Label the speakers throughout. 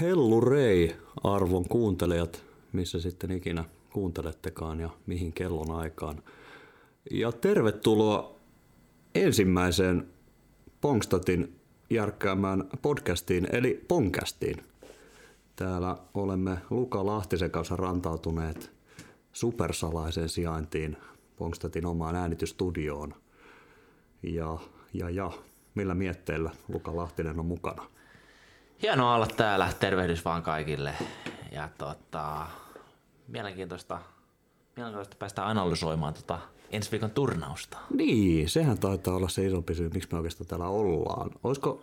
Speaker 1: hellurei arvon kuuntelijat, missä sitten ikinä kuuntelettekaan ja mihin kellon aikaan. Ja tervetuloa ensimmäiseen Pongstatin järkkäämään podcastiin, eli Ponkästiin. Täällä olemme Luka Lahtisen kanssa rantautuneet supersalaiseen sijaintiin Pongstatin omaan äänitystudioon. Ja, ja, ja, millä mietteillä Luka Lahtinen on mukana?
Speaker 2: Hienoa olla täällä, tervehdys vaan kaikille. Ja tota, mielenkiintoista, mielenkiintoista päästä analysoimaan tota ensi viikon turnausta.
Speaker 1: Niin, sehän taitaa olla se isompi syy, miksi me oikeastaan täällä ollaan. Olisiko,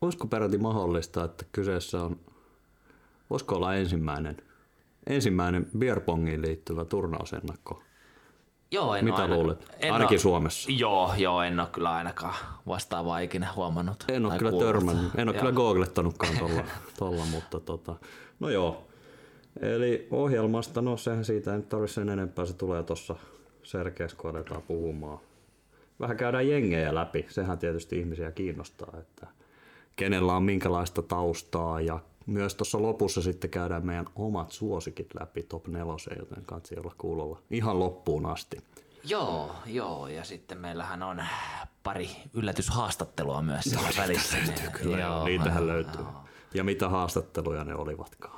Speaker 1: olisiko peräti mahdollista, että kyseessä on, voisiko olla ensimmäinen, ensimmäinen beerpongiin liittyvä turnausennakko?
Speaker 2: Joo, en
Speaker 1: Mitä
Speaker 2: oo aina-
Speaker 1: luulet?
Speaker 2: en
Speaker 1: Ainakin
Speaker 2: oo-
Speaker 1: Suomessa.
Speaker 2: Joo, joo, en ole kyllä ainakaan vastaavaa ikinä huomannut.
Speaker 1: En ole
Speaker 2: tai
Speaker 1: kyllä
Speaker 2: kuullut.
Speaker 1: törmännyt, en ole
Speaker 2: Joo.
Speaker 1: kyllä googlettanutkaan tolla, tolla mutta tota, no joo. Eli ohjelmasta, no sehän siitä ei nyt tarvitse sen enempää, se tulee tuossa selkeässä, kun aletaan puhumaan. Vähän käydään jengejä läpi, sehän tietysti ihmisiä kiinnostaa, että kenellä on minkälaista taustaa ja myös tuossa lopussa sitten käydään meidän omat suosikit läpi top neloseen, joten kansi olla kuulolla ihan loppuun asti.
Speaker 2: Joo, joo, ja sitten meillähän on pari yllätyshaastattelua myös siellä välissä. Löytyy,
Speaker 1: Kyllä, joo, niitähän löytyy. Ja mitä haastatteluja ne olivatkaan.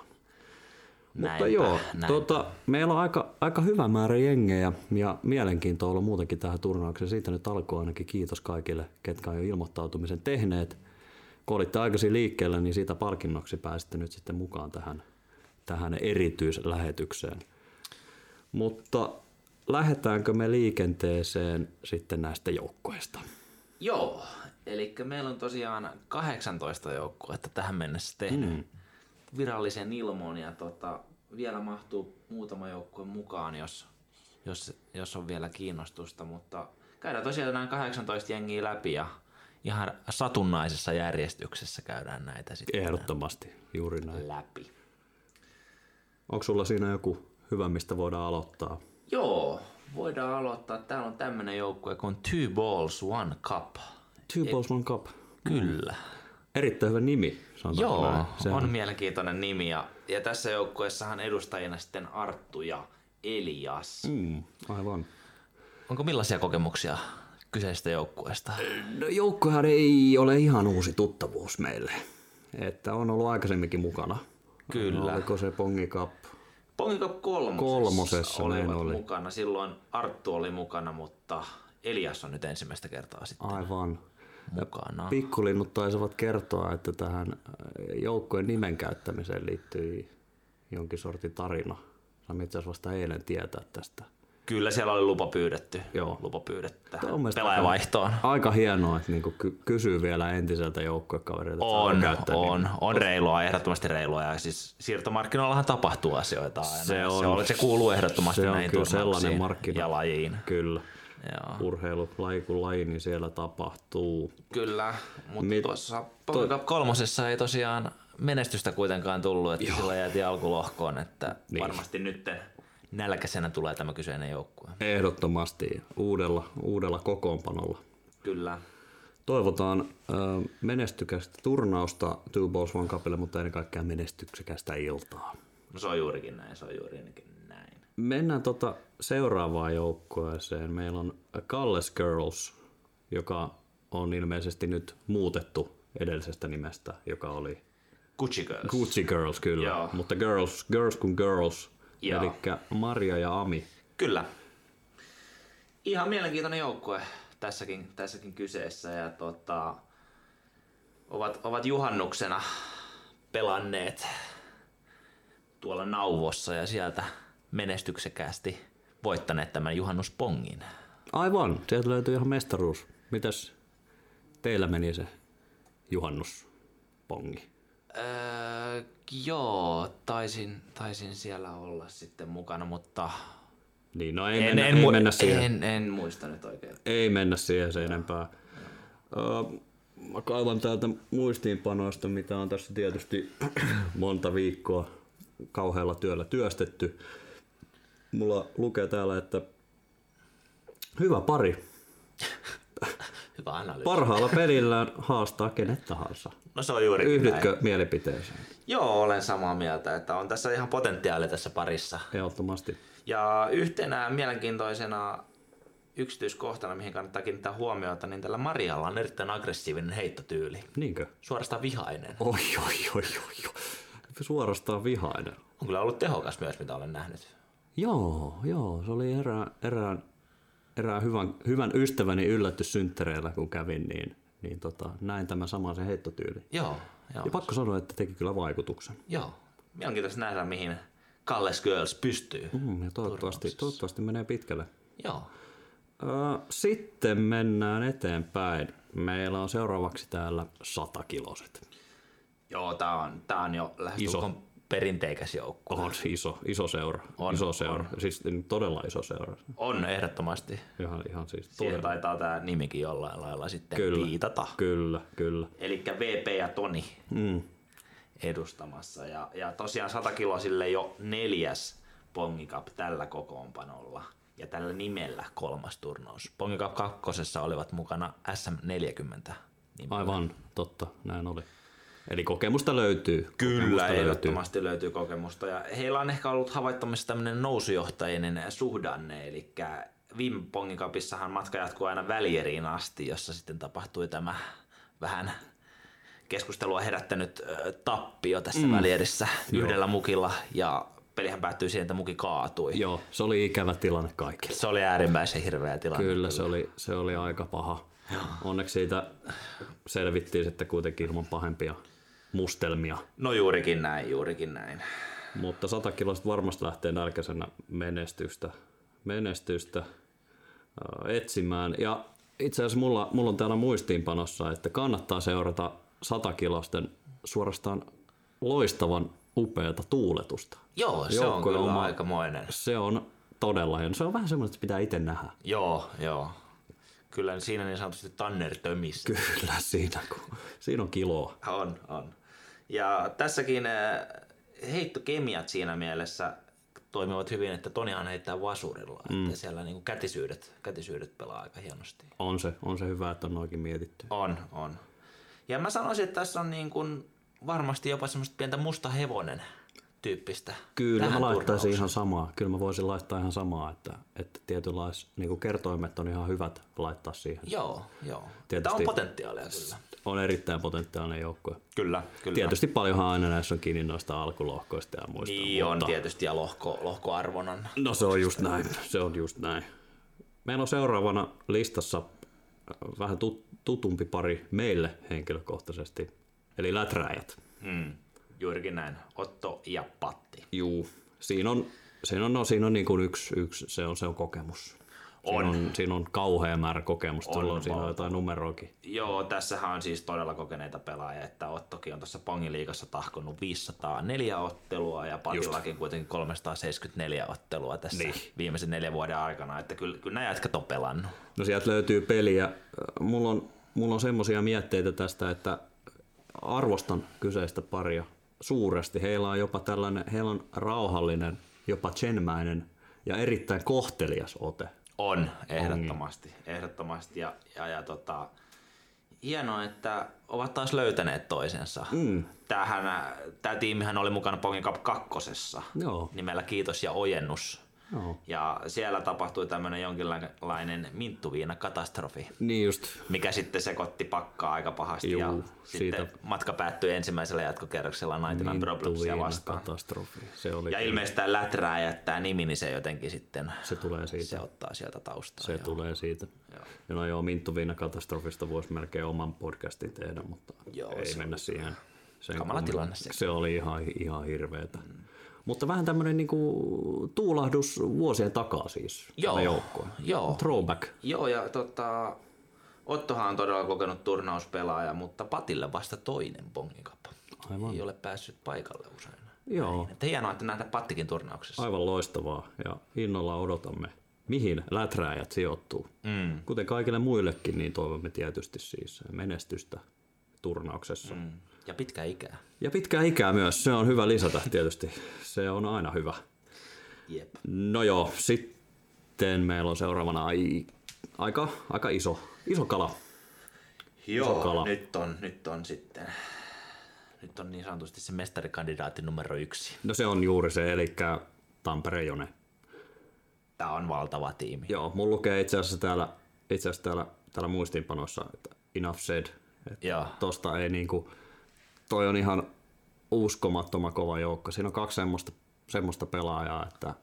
Speaker 1: Mutta
Speaker 2: Näinpä,
Speaker 1: joo,
Speaker 2: näinpä.
Speaker 1: tota, meillä on aika, aika hyvä määrä jengejä ja mielenkiintoa on ollut muutenkin tähän turnaukseen. Siitä nyt alkoi ainakin kiitos kaikille, ketkä on jo ilmoittautumisen tehneet. Kun olitte aikaisin liikkeellä, niin siitä palkinnoksi pääsitte nyt sitten mukaan tähän, tähän erityislähetykseen. Mutta lähdetäänkö me liikenteeseen sitten näistä joukkoista?
Speaker 2: Joo, eli meillä on tosiaan 18 joukkuetta tähän mennessä tehnyt mm. virallisen ilmoon ja tota, vielä mahtuu muutama joukkue mukaan, jos, jos, jos on vielä kiinnostusta, mutta käydään tosiaan nämä 18 jengiä läpi ja ihan satunnaisessa järjestyksessä käydään näitä sitten
Speaker 1: Ehdottomasti, juuri näin.
Speaker 2: läpi.
Speaker 1: Onko sulla siinä joku hyvä, mistä voidaan aloittaa?
Speaker 2: Joo, voidaan aloittaa. Täällä on tämmönen joukkue kuin Two Balls One Cup.
Speaker 1: Two Balls One Cup. Mm.
Speaker 2: Kyllä.
Speaker 1: Erittäin hyvä nimi, sanotaan
Speaker 2: Joo,
Speaker 1: näin.
Speaker 2: se on mielenkiintoinen nimi. Ja, ja tässä joukkueessahan edustajina sitten Arttu ja Elias. Mm.
Speaker 1: Mm, aivan.
Speaker 2: Onko millaisia kokemuksia kyseistä joukkueesta?
Speaker 1: No, joukkohan ei ole ihan uusi tuttavuus meille. Että on ollut aikaisemminkin mukana.
Speaker 2: Kyllä.
Speaker 1: Oliko se Pongi Cup?
Speaker 2: Pongo kolmosessa,
Speaker 1: Kolmosessa,
Speaker 2: olivat
Speaker 1: näin oli.
Speaker 2: mukana. Silloin Arttu oli mukana, mutta Elias on nyt ensimmäistä kertaa sitten
Speaker 1: Aivan.
Speaker 2: mukana.
Speaker 1: Pikkulinnut taisivat kertoa, että tähän joukkojen nimen käyttämiseen liittyy jonkin sortin tarina. Saimme itse asiassa vasta eilen tietää tästä.
Speaker 2: Kyllä siellä oli lupa pyydetty.
Speaker 1: Joo.
Speaker 2: Lupa pyydetty tähän
Speaker 1: Tää on mielestäni
Speaker 2: pelaajavaihtoon.
Speaker 1: Aika hienoa, että niinku ky- kysyy vielä entiseltä joukkuekaverilta. että saako
Speaker 2: On,
Speaker 1: käyttää
Speaker 2: on, on reilua, ehdottomasti reilua. Ja siis siirtomarkkinoillahan tapahtuu asioita aina.
Speaker 1: Se on.
Speaker 2: se, oli, se kuuluu ehdottomasti
Speaker 1: Se on
Speaker 2: näihin
Speaker 1: kyllä
Speaker 2: turnauksiin
Speaker 1: sellainen markkina.
Speaker 2: ja lajiin.
Speaker 1: Kyllä.
Speaker 2: Joo.
Speaker 1: Urheilu, laji kuin laji, niin siellä tapahtuu.
Speaker 2: Kyllä, mutta
Speaker 1: Mit-
Speaker 2: tuossa Power Cup kolmosessa ei tosiaan menestystä kuitenkaan tullut, että sillä jäätiin alkulohkoon, että
Speaker 1: Niin.
Speaker 2: varmasti nyt nälkäisenä tulee tämä kyseinen joukkue.
Speaker 1: Ehdottomasti uudella, uudella kokoonpanolla.
Speaker 2: Kyllä.
Speaker 1: Toivotaan ö, menestykästä turnausta Two Balls One Cupille, mutta ennen kaikkea menestyksekästä iltaa.
Speaker 2: No se on juurikin näin, se on juurikin näin.
Speaker 1: Mennään tota seuraavaan joukkueeseen. Meillä on Calles Girls, joka on ilmeisesti nyt muutettu edellisestä nimestä, joka oli
Speaker 2: Gucci Girls.
Speaker 1: Gucci Girls kyllä,
Speaker 2: Joo.
Speaker 1: mutta Girls, Girls kuin Girls,
Speaker 2: Joo.
Speaker 1: eli Maria ja Ami.
Speaker 2: Kyllä. Ihan mielenkiintoinen joukkue tässäkin, tässäkin kyseessä ja tota, ovat, ovat juhannuksena pelanneet tuolla nauvossa ja sieltä menestyksekkäästi voittaneet tämän juhannuspongin.
Speaker 1: Aivan, sieltä löytyy ihan mestaruus. Mitäs teillä meni se juhannuspongi?
Speaker 2: Öö, joo, taisin, taisin siellä olla sitten mukana, mutta
Speaker 1: Niin, no ei, en,
Speaker 2: en,
Speaker 1: mennä,
Speaker 2: en,
Speaker 1: ei
Speaker 2: mu-
Speaker 1: mennä siihen.
Speaker 2: en, en muista nyt oikein.
Speaker 1: Ei mennä siihen sen enempää. Ö, Mä kaivan täältä muistiinpanoista, mitä on tässä tietysti monta viikkoa kauhealla työllä työstetty. Mulla lukee täällä, että hyvä pari.
Speaker 2: Hyvä analyysi.
Speaker 1: Parhaalla pelillään haastaa kenet tahansa.
Speaker 2: No se on juurikin näin.
Speaker 1: Yhdytkö mielipiteeseen?
Speaker 2: Joo, olen samaa mieltä, että on tässä ihan potentiaalia tässä parissa.
Speaker 1: Ehdottomasti.
Speaker 2: Ja yhtenä mielenkiintoisena yksityiskohtana, mihin kannattaa kiinnittää huomiota, niin tällä Marialla on erittäin aggressiivinen heittotyyli.
Speaker 1: Niinkö?
Speaker 2: Suorastaan vihainen.
Speaker 1: Oi, oi, oi, oi, oi. Suorastaan vihainen.
Speaker 2: On kyllä ollut tehokas myös, mitä olen nähnyt.
Speaker 1: Joo, joo, se oli erään, erään, erään hyvän, hyvän ystäväni yllätyssynttäreillä, kun kävin, niin, niin tota, näin tämän saman sen heittotyyli.
Speaker 2: Joo, joo.
Speaker 1: Ja pakko sanoa, että teki kyllä vaikutuksen.
Speaker 2: joo. Mielenkiintoista nähdä, mihin Kalles Girls pystyy.
Speaker 1: Mm, ja toivottavasti, toivottavasti menee pitkälle.
Speaker 2: Joo.
Speaker 1: Ö, Sitten mennään eteenpäin. Meillä on seuraavaksi täällä satakiloset.
Speaker 2: Joo, tää on, tää on jo lähestulkoon perinteikäs joukkue.
Speaker 1: On se iso, iso seura.
Speaker 2: On,
Speaker 1: iso seura. Siis todella iso seura.
Speaker 2: On ehdottomasti.
Speaker 1: Ihan, ihan siis
Speaker 2: Siihen
Speaker 1: todella.
Speaker 2: taitaa tämä nimikin jollain lailla sitten
Speaker 1: Kyllä.
Speaker 2: viitata.
Speaker 1: Kyllä, kyllä.
Speaker 2: Eli VP ja Toni
Speaker 1: Mm.
Speaker 2: edustamassa. Ja, ja tosiaan 100 kilosille jo neljäs Pongi Cup tällä kokoonpanolla ja tällä nimellä kolmas turnaus. Pongi Cup kakkosessa olivat mukana SM40. Niin
Speaker 1: Aivan, totta, näin oli. Eli kokemusta löytyy.
Speaker 2: Kyllä,
Speaker 1: kokemusta
Speaker 2: ehdottomasti löytyy. kokemusta. Ja heillä on ehkä ollut havaittamassa tämmöinen nousujohtainen suhdanne, eli viime Pongikapissahan matka jatkuu aina välieriin asti, jossa sitten tapahtui tämä vähän keskustelua herättänyt ö, tappio tässä mm. välierissä yhdellä mukilla, ja pelihän päättyi siihen, että muki kaatui.
Speaker 1: Joo, se oli ikävä tilanne kaikille.
Speaker 2: Se oli äärimmäisen hirveä tilanne.
Speaker 1: Kyllä, se oli, se oli aika paha. Onneksi siitä selvittiin sitten kuitenkin ilman pahempia mustelmia.
Speaker 2: No juurikin näin, juurikin näin.
Speaker 1: Mutta satakiloiset varmasti lähtee nälkäisenä menestystä, menestystä äh, etsimään. Ja itse asiassa mulla, mulla on täällä muistiinpanossa, että kannattaa seurata satakilosten suorastaan loistavan upeata tuuletusta.
Speaker 2: Joo, se
Speaker 1: Joukkue
Speaker 2: on kyllä
Speaker 1: oma-
Speaker 2: aikamoinen.
Speaker 1: Se on todella hieno. Se on vähän semmoinen, että pitää itse nähdä.
Speaker 2: Joo, joo. Kyllä siinä niin sanotusti Tanner tömissä.
Speaker 1: Kyllä siinä, kun, siinä on kiloa.
Speaker 2: On, on. Ja tässäkin äh, heittokemiat siinä mielessä toimivat hyvin, että Tonihan heittää vasurilla. Mm. Että siellä niin kätisyydet, kätisyydet pelaa aika hienosti.
Speaker 1: On se, on se hyvä, että on oikein mietitty.
Speaker 2: On, on. Ja mä sanoisin, että tässä on niin kuin varmasti jopa semmoista pientä musta hevonen tyyppistä.
Speaker 1: Kyllä
Speaker 2: tähän
Speaker 1: mä laittaisin
Speaker 2: turnaukseen.
Speaker 1: ihan samaa. Kyllä mä voisin laittaa ihan samaa, että, että tietynlaiset niin kertoimet on ihan hyvät laittaa siihen.
Speaker 2: Joo, joo. Tämä on
Speaker 1: Tietysti.
Speaker 2: potentiaalia kyllä.
Speaker 1: On erittäin potentiaalinen joukkue.
Speaker 2: Kyllä, kyllä.
Speaker 1: Tietysti paljonhan aina näissä on kiinni noista alkulohkoista ja muista.
Speaker 2: Niin on
Speaker 1: mutta-
Speaker 2: tietysti, ja lohko, lohkoarvonnan.
Speaker 1: No se on just näin, se on just näin. Meillä on seuraavana listassa äh, vähän tut- tutumpi pari meille henkilökohtaisesti, eli läträjät.
Speaker 2: Mm, juurikin näin. Otto ja Patti.
Speaker 1: Juu. Siinä on, siinä on, no, siinä on niin kuin yksi, yksi, se on, se on kokemus.
Speaker 2: On.
Speaker 1: Siinä on, siinä on kauhea määrä kokemusta, on, on, siinä on jotain numeroakin.
Speaker 2: Joo, tässähän on siis todella kokeneita pelaajia, että Ottokin on tuossa Pongiliikassa tahkonut 504 ottelua ja Patillakin kuitenkin 374 ottelua tässä niin. viimeisen neljän vuoden aikana, että kyllä, kyllä nämä jätkät on pelannut.
Speaker 1: No sieltä löytyy peliä. Äh, Mulla on, mulla on semmoisia mietteitä tästä, että arvostan kyseistä paria suuresti. Heillä on jopa tällainen, heillä on rauhallinen, jopa chenmäinen ja erittäin kohtelias ote.
Speaker 2: On, ehdottomasti, ehdottomasti ja, ja, ja tota, hienoa, että ovat taas löytäneet toisensa. Mm. Tämähän, tämä tiimihän oli mukana Pongin Cup kakkosessa
Speaker 1: Joo.
Speaker 2: nimellä Kiitos ja ojennus.
Speaker 1: Joo.
Speaker 2: Ja siellä tapahtui tämmöinen jonkinlainen minttuviinakatastrofi,
Speaker 1: Niin just,
Speaker 2: mikä sitten sekoitti pakkaa aika pahasti.
Speaker 1: Juu,
Speaker 2: ja
Speaker 1: siitä- Niin,
Speaker 2: sitten matka päättyi ensimmäisellä jatkokierroksella Naitilan Problemsia vastaan.
Speaker 1: katastrofi. Se, oli,
Speaker 2: Ja ilmeisesti tämä läträä jättää nimi, niin se jotenkin sitten
Speaker 1: se tulee siitä.
Speaker 2: se ottaa sieltä taustaa.
Speaker 1: Se tulee siitä. Joo. No joo, Minttu Viina katastrofista voisi melkein oman podcastin tehdä, mutta
Speaker 2: Joo,
Speaker 1: joo, ei
Speaker 2: se
Speaker 1: mennä siihen. Sen
Speaker 2: kamala
Speaker 1: kummemmin.
Speaker 2: tilanne se.
Speaker 1: Se oli ihan, ihan hirveetä. Mm. Mutta vähän tämmöinen niinku tuulahdus vuosien takaa siis.
Speaker 2: Joo,
Speaker 1: tämä joukkue.
Speaker 2: joo.
Speaker 1: Throwback.
Speaker 2: Joo, ja tota, Ottohan on todella kokenut turnauspelaaja, mutta Patille vasta toinen Bongin Cup.
Speaker 1: Aivan.
Speaker 2: Ei ole päässyt paikalle usein.
Speaker 1: Joo,
Speaker 2: Että hienoa, että nähdään Pattikin turnauksessa.
Speaker 1: aivan loistavaa. Ja innolla odotamme, mihin läträäjät sijoittuu.
Speaker 2: Mm.
Speaker 1: Kuten kaikille muillekin, niin toivomme tietysti siis menestystä turnauksessa. Mm.
Speaker 2: Mm. Ja pitkä ikää.
Speaker 1: Ja pitkää ikää myös, se on hyvä lisätä tietysti. Se on aina hyvä.
Speaker 2: Jep.
Speaker 1: No joo, sitten meillä on seuraavana ai- aika, aika iso, iso kala.
Speaker 2: Joo,
Speaker 1: kala.
Speaker 2: nyt on, nyt on sitten nyt on niin sanotusti se mestarikandidaatin numero yksi.
Speaker 1: No se on juuri se, eli Tampere Jone.
Speaker 2: Tämä on valtava tiimi.
Speaker 1: Joo, mulla lukee itse asiassa täällä, itse asiassa täällä, täällä muistiinpanossa, että enough said. Että
Speaker 2: Joo.
Speaker 1: tosta ei niinku, toi on ihan uskomattoman kova joukko. Siinä on kaksi semmoista, semmoista pelaajaa, että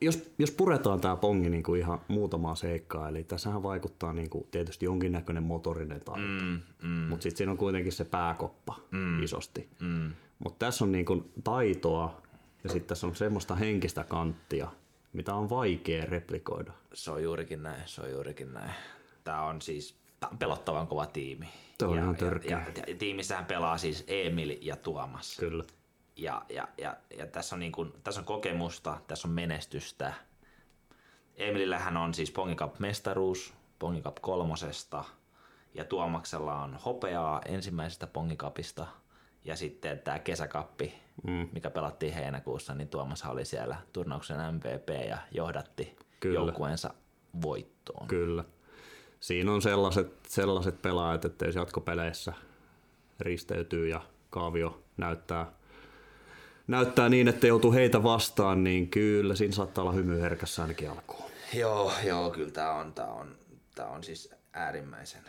Speaker 1: jos, jos puretaan tämä pongi niinku ihan muutamaa seikkaa, eli tässähän vaikuttaa niinku tietysti jonkinnäköinen motorinen taito,
Speaker 2: Mm, mm,
Speaker 1: mutta sitten siinä on kuitenkin se pääkoppa
Speaker 2: Mm.
Speaker 1: isosti.
Speaker 2: mm.
Speaker 1: Mutta tässä on niin kuin taitoa ja sitten tässä on semmoista henkistä kanttia, mitä on vaikea replikoida.
Speaker 2: Se on juurikin näin, se on juurikin näin. Tämä on siis tää on pelottavan kova tiimi.
Speaker 1: Toi on
Speaker 2: ja,
Speaker 1: ihan
Speaker 2: ja,
Speaker 1: törkeä.
Speaker 2: ja, ja, tiimissähän pelaa siis Emil ja Tuomas.
Speaker 1: Kyllä.
Speaker 2: Ja, ja, ja, ja tässä, on niin kuin, tässä on kokemusta, tässä on menestystä. Emilillähän on siis Pongi Cup-mestaruus, Pongi Cup kolmosesta, ja Tuomaksella on hopeaa ensimmäisestä Pongi Cupista, ja sitten tämä kesäkappi, mm. mikä pelattiin heinäkuussa, niin Tuomas oli siellä turnauksen MVP ja johdatti
Speaker 1: Kyllä.
Speaker 2: joukkueensa voittoon.
Speaker 1: Kyllä. Siinä on sellaiset, sellaiset pelaajat, että jos jatkopeleissä risteytyy ja kaavio näyttää, näyttää niin, että joutuu heitä vastaan, niin kyllä siinä saattaa olla hymy herkässä ainakin alkuun.
Speaker 2: Joo, joo, kyllä tämä on, tää on, tää on siis äärimmäisen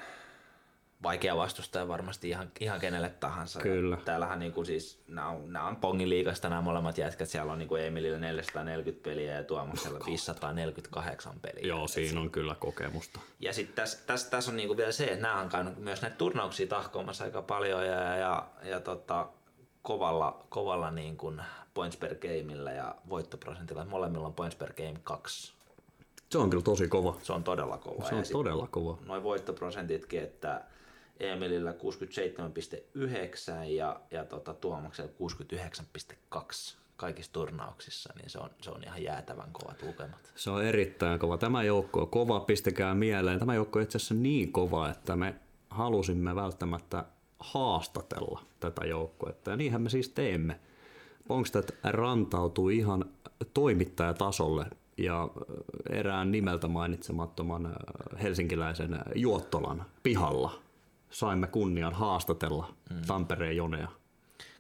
Speaker 2: vaikea vastustaja varmasti ihan, ihan kenelle tahansa.
Speaker 1: Kyllä.
Speaker 2: Täällähän niinku siis, nämä on, nää on Pongin liikasta nämä molemmat jätkät, siellä on niinku Emilillä 440 peliä ja Tuomaksella 548 peliä.
Speaker 1: Joo, siinä on kyllä kokemusta.
Speaker 2: Ja sitten tässä täs, täs on niinku vielä se, että nämä on käynyt myös näitä turnauksia tahkoamassa aika paljon ja, ja, ja, ja tota, kovalla, kovalla niin kuin points per gameillä ja voittoprosentilla. Molemmilla on points per game 2.
Speaker 1: Se on kyllä tosi kova.
Speaker 2: Se on todella kova.
Speaker 1: Se
Speaker 2: Ja
Speaker 1: on
Speaker 2: sit-
Speaker 1: todella kova.
Speaker 2: noin voittoprosentitkin, että Emilillä 67,9 ja, ja tota, Tuomaksella 69,2 kaikissa turnauksissa, niin se on, se on ihan jäätävän kovat lukemat.
Speaker 1: Se on erittäin kova. Tämä joukko on kova, pistäkää mieleen. Tämä joukko on itse asiassa niin kova, että me halusimme välttämättä haastatella tätä joukkuetta. Ja niinhän me siis teemme. Pongstad rantautui ihan toimittajatasolle ja äh, erään nimeltä mainitsemattoman äh, helsinkiläisen Juottolan pihalla saimme kunnian haastatella Tampereen Jonea.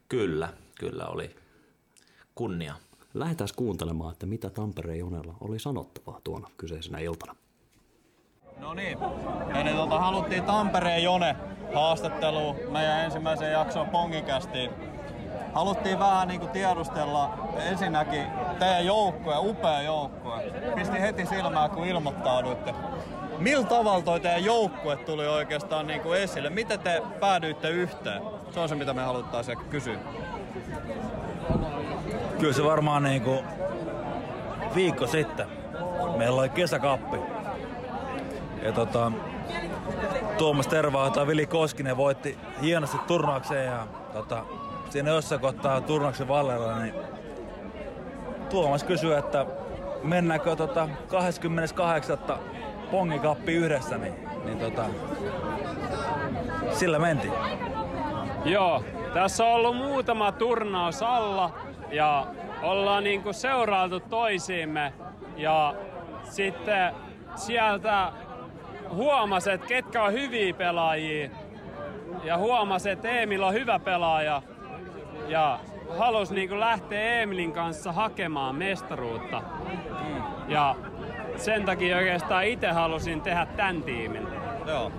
Speaker 2: Kyllä, kyllä oli. Kunnia.
Speaker 1: Lähdetään kuuntelemaan, että mitä Tampereen Jonella oli sanottavaa tuona kyseisenä iltana.
Speaker 3: No niin, eli tota, haluttiin Tampereen Jone haastatteluun meidän ensimmäiseen jaksoon Pongikästiin. Haluttiin vähän niinku tiedustella ensinnäkin teidän joukkue, upea joukkue. Pisti heti silmää, kun ilmoittauduitte. Millä tavalla toi teidän joukkue tuli oikeastaan niinku esille? Miten te päädyitte yhteen? Se on se, mitä me haluttaisiin kysyä.
Speaker 4: Kyllä se varmaan niinku viikko sitten. Meillä oli kesäkappi. Ja tota, Tuomas Tervaa tai Vili Koskinen voitti hienosti turnaukseen ja tota, siinä jossain kohtaa turnauksen vallella, niin Tuomas kysyi, että mennäänkö tota 28. pongikappi yhdessä, niin, niin tota, sillä mentiin.
Speaker 5: Joo, tässä on ollut muutama turnaus alla ja ollaan niinku seurailtu toisiimme ja sitten sieltä huomasi, että ketkä on hyviä pelaajia ja huomasi, että Emil on hyvä pelaaja ja halusi niinku lähteä Emilin kanssa hakemaan mestaruutta ja sen takia oikeastaan itse halusin tehdä tämän tiimin.
Speaker 3: Joo.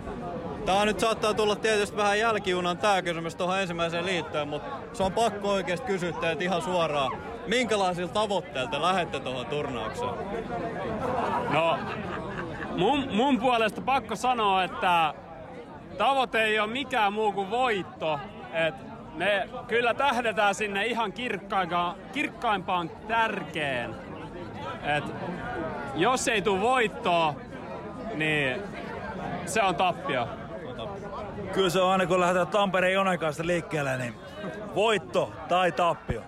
Speaker 3: Tää nyt saattaa tulla tietysti vähän jälkijunan tää kysymys tuohon ensimmäiseen liittyen, mutta se on pakko oikeasti kysyä teiltä ihan suoraan. Minkälaisilla tavoitteilla te lähette tuohon turnaukseen?
Speaker 5: No, mun, mun puolesta pakko sanoa, että tavoite ei ole mikään muu kuin voitto. Et me kyllä tähdätään sinne ihan kirkkaimpaan, kirkkaimpaan tärkeen. Et jos ei tule voittoa, niin se on tappio.
Speaker 4: Kyllä se on aina kun lähdetään Tampereen jonain kanssa liikkeelle, niin voitto tai tappio.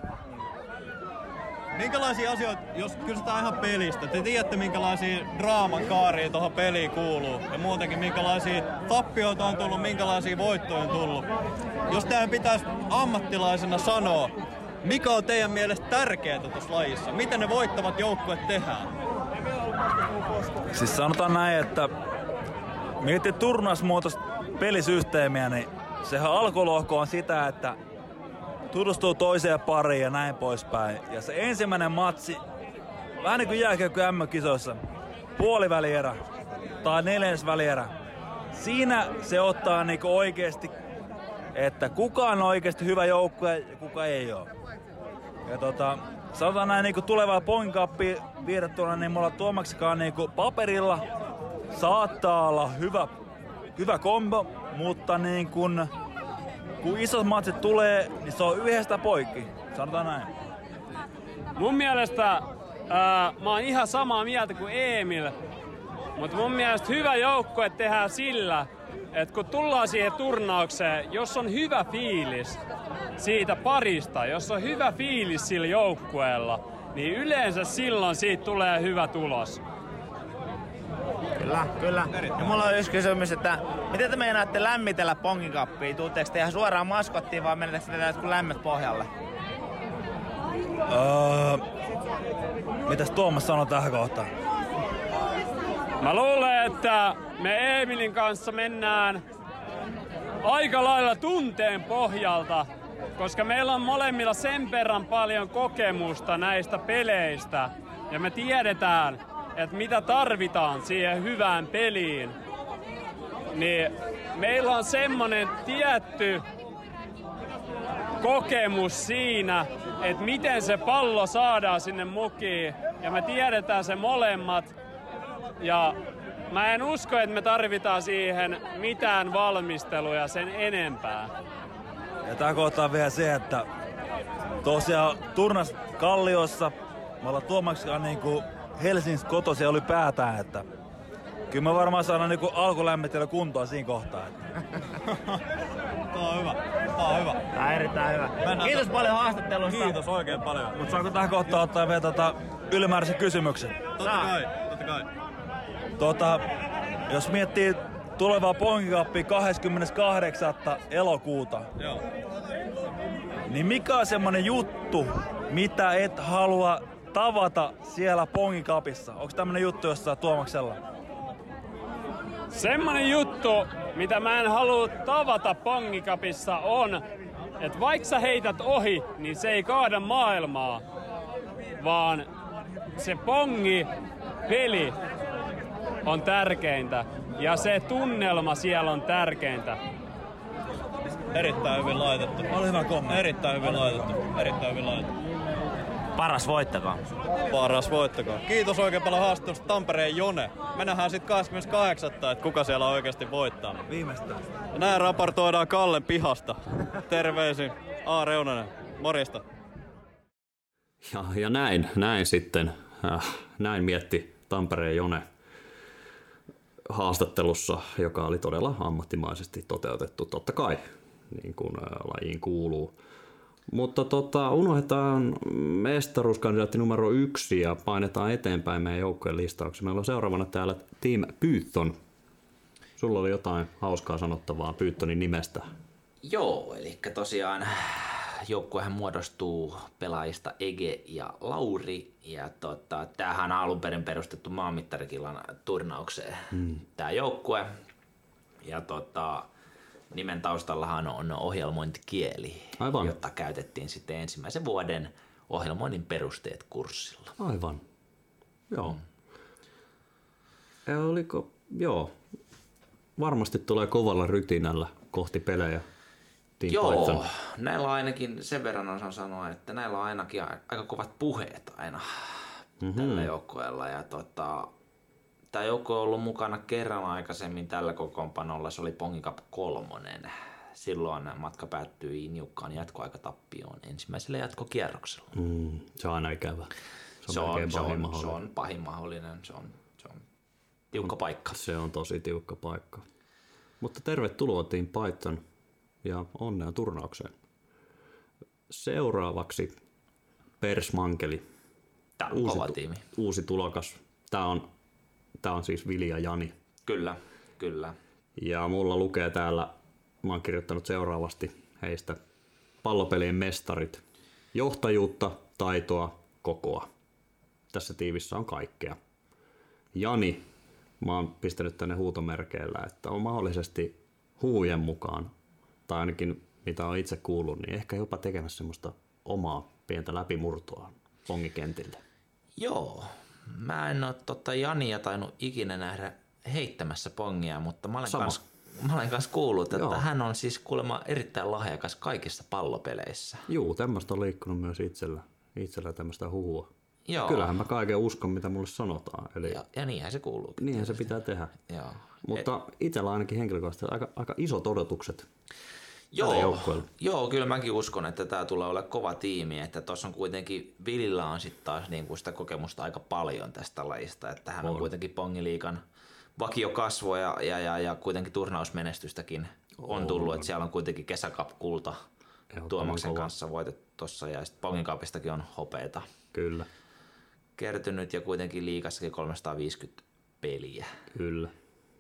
Speaker 3: Minkälaisia asioita, jos kysytään ihan pelistä, te tiedätte minkälaisia draaman kaaria tuohon peliin kuuluu ja muutenkin minkälaisia tappioita on tullut, minkälaisia voittoja on tullut. Jos teidän pitäisi ammattilaisena sanoa, mikä on teidän mielestä tärkeää tuossa lajissa? Miten ne voittavat joukkueet tehdään?
Speaker 4: Siis sanotaan näin, että miettii turnausmuotoista pelisysteemiä, niin sehän alkulohko on sitä, että tutustuu toiseen pariin ja näin poispäin. Ja se ensimmäinen matsi, vähän niin kuin jääkiekko M-kisoissa, puolivälierä tai neljäs välierä. Siinä se ottaa niinku oikeasti, että kuka on oikeasti hyvä joukkue ja kuka ei ole. Ja tota, sanotaan näin niinku tulevaa poinkappia viirrettuna, niin mulla tuomaksikaan niinku paperilla saattaa olla hyvä, hyvä kombo, mutta niin kun, kun isot matsit tulee, niin se on yhdestä poikki. Sanotaan näin.
Speaker 5: Mun mielestä ää, mä oon ihan samaa mieltä kuin Emil, mutta mun mielestä hyvä joukkue tehdään sillä, että kun tullaan siihen turnaukseen, jos on hyvä fiilis siitä parista, jos on hyvä fiilis sillä joukkueella, niin yleensä silloin siitä tulee hyvä tulos.
Speaker 6: Kyllä, kyllä. Ja mulla on yksi kysymys, että miten te meinaatte lämmitellä pongin kappia? Tuutteko te ihan suoraan maskottiin vai menettekö te täältä kun lämmöt pohjalle?
Speaker 4: Öö, mitäs Tuomas sanoo tähän kohtaan?
Speaker 5: Mä luulen, että me Emilin kanssa mennään aika lailla tunteen pohjalta, koska meillä on molemmilla sen verran paljon kokemusta näistä peleistä ja me tiedetään, että mitä tarvitaan siihen hyvään peliin. Niin meillä on semmonen tietty kokemus siinä, että miten se pallo saadaan sinne mukiin. Ja me tiedetään se molemmat. Ja mä en usko, että me tarvitaan siihen mitään valmisteluja sen enempää.
Speaker 4: Ja tää kohtaa vielä se, että tosiaan Turnas Kalliossa, me ollaan Tuomaksikaan niinku Helsingin kotoisia oli päätään, että kyllä me varmaan saadaan niinku alkulämmittely kuntoa siinä kohtaa. Että.
Speaker 3: Tää on hyvä. Tää on hyvä.
Speaker 6: Tää on erittäin hyvä. Kiitos paljon haastattelusta.
Speaker 3: Kiitos oikein paljon.
Speaker 4: Mutta saanko tähän kohtaan ottaa vielä tota ylimääräisen kysymyksen?
Speaker 3: Totta kai, totta kai.
Speaker 4: Tota, jos miettii tulevaa ponkikappia 28. elokuuta,
Speaker 3: Joo.
Speaker 4: niin mikä on semmonen juttu, mitä et halua tavata siellä pongikapissa? Onko tämmönen juttu jossain Tuomaksella?
Speaker 5: Semmonen juttu, mitä mä en halua tavata pongikapissa on, että vaikka sä heität ohi, niin se ei kaada maailmaa, vaan se pongi peli on tärkeintä ja se tunnelma siellä on tärkeintä.
Speaker 3: Erittäin hyvin laitettu.
Speaker 4: Oli hyvä kommentti.
Speaker 3: Erittäin hyvin laitettu. Erittäin hyvin laitettu.
Speaker 6: Paras voittakaa.
Speaker 3: Paras voittakaa. Kiitos oikein paljon haastattelusta Tampereen Jone. Me nähdään sit 28. että kuka siellä oikeasti voittaa.
Speaker 4: Viimeistään.
Speaker 3: Ja Näin raportoidaan Kallen pihasta. Terveisin A. Reunanen. Morjesta.
Speaker 1: Ja, ja näin, näin sitten, äh, näin mietti Tampereen Jone haastattelussa, joka oli todella ammattimaisesti toteutettu, totta kai, niin kuin äh, lajiin kuuluu. Mutta tota, unohdetaan mestaruuskandidaatti numero yksi ja painetaan eteenpäin meidän joukkojen listauksia. Meillä on seuraavana täällä Team Python. Sulla oli jotain hauskaa sanottavaa Pythonin nimestä.
Speaker 2: Joo, eli tosiaan joukkuehan muodostuu pelaajista Ege ja Lauri, ja tota, tämähän on alun perin perustettu maanmittarikilan turnaukseen, mm. tämä joukkue. Ja tota, nimen taustallahan on ohjelmointikieli,
Speaker 1: Aivan.
Speaker 2: jota käytettiin sitten ensimmäisen vuoden ohjelmoinnin perusteet kurssilla.
Speaker 1: Aivan. Joo. Mm. Ja oliko, joo. Varmasti tulee kovalla rytinällä kohti pelejä. Team
Speaker 2: Joo,
Speaker 1: Python.
Speaker 2: näillä ainakin sen verran osaan sanoa, että näillä on ainakin a- aika kovat puheet aina
Speaker 1: Mhm.
Speaker 2: mm-hmm. tällä joukkueella. Ja tota, tämä joukkue on ollut mukana kerran aikaisemmin tällä kokoonpanolla, se oli Pongi Cup 3. Silloin matka päättyi niukkaan jatkoaikatappioon ensimmäisellä jatkokierroksella.
Speaker 1: Mm, se on aina ikävä.
Speaker 2: Se on,
Speaker 1: melkein
Speaker 2: se,
Speaker 1: pahin
Speaker 2: on, se
Speaker 1: mahdollinen. Mm.
Speaker 2: on pahin mahdollinen, se on, se on tiukka paikka.
Speaker 1: Se on tosi tiukka paikka. Mutta tervetuloa Team Python ja onnea turnaukseen. Seuraavaksi Persmankeli,
Speaker 2: Tämä on
Speaker 1: uusi,
Speaker 2: kova
Speaker 1: tu-
Speaker 2: tiimi.
Speaker 1: uusi tulokas. Tämä on, tää on siis Vilja Jani.
Speaker 2: Kyllä, kyllä.
Speaker 1: Ja mulla lukee täällä, mä oon kirjoittanut seuraavasti heistä, pallopelien mestarit, johtajuutta, taitoa, kokoa. Tässä tiivissä on kaikkea. Jani, mä oon pistänyt tänne huutomerkeillä, että on mahdollisesti huhujen mukaan, tai ainakin mitä on itse kuullut, niin ehkä jopa tekemässä semmoista omaa pientä läpimurtoa pongikentillä.
Speaker 2: Joo, mä en ole tota Jania tainnut ikinä nähdä heittämässä pongia, mutta mä olen,
Speaker 1: Sama.
Speaker 2: kans, mä olen kans kuullut, että
Speaker 1: Joo.
Speaker 2: hän on siis kuulemma erittäin lahjakas kaikissa pallopeleissä.
Speaker 1: Juu, tämmöistä on liikkunut myös itsellä, itsellä tämmöistä huhua.
Speaker 2: Joo.
Speaker 1: Kyllähän mä kaiken uskon, mitä mulle sanotaan. Eli
Speaker 2: Ja, ja niinhän se kuuluu.
Speaker 1: niinhän se pitää tehdä.
Speaker 2: Joo.
Speaker 1: Mutta itsellä ainakin henkilökohtaisesti aika, aika isot odotukset.
Speaker 2: Joo,
Speaker 1: joukkueella.
Speaker 2: joo, kyllä mäkin uskon, että tämä tulee olla kova tiimi, että tuossa on kuitenkin, Vilillä on sitten taas niinku sitä kokemusta aika paljon tästä lajista, että hän on, on kuitenkin pongiliikan vakiokasvo ja, ja, ja, ja kuitenkin turnausmenestystäkin on tullut, että siellä on kuitenkin kesäkap-kulta
Speaker 1: Ehdottoman
Speaker 2: Tuomaksen
Speaker 1: kova.
Speaker 2: kanssa voitettu tuossa ja sitten ponginkaapistakin on hopeita
Speaker 1: Kyllä,
Speaker 2: kertynyt ja kuitenkin liikassakin 350 peliä.
Speaker 1: kyllä,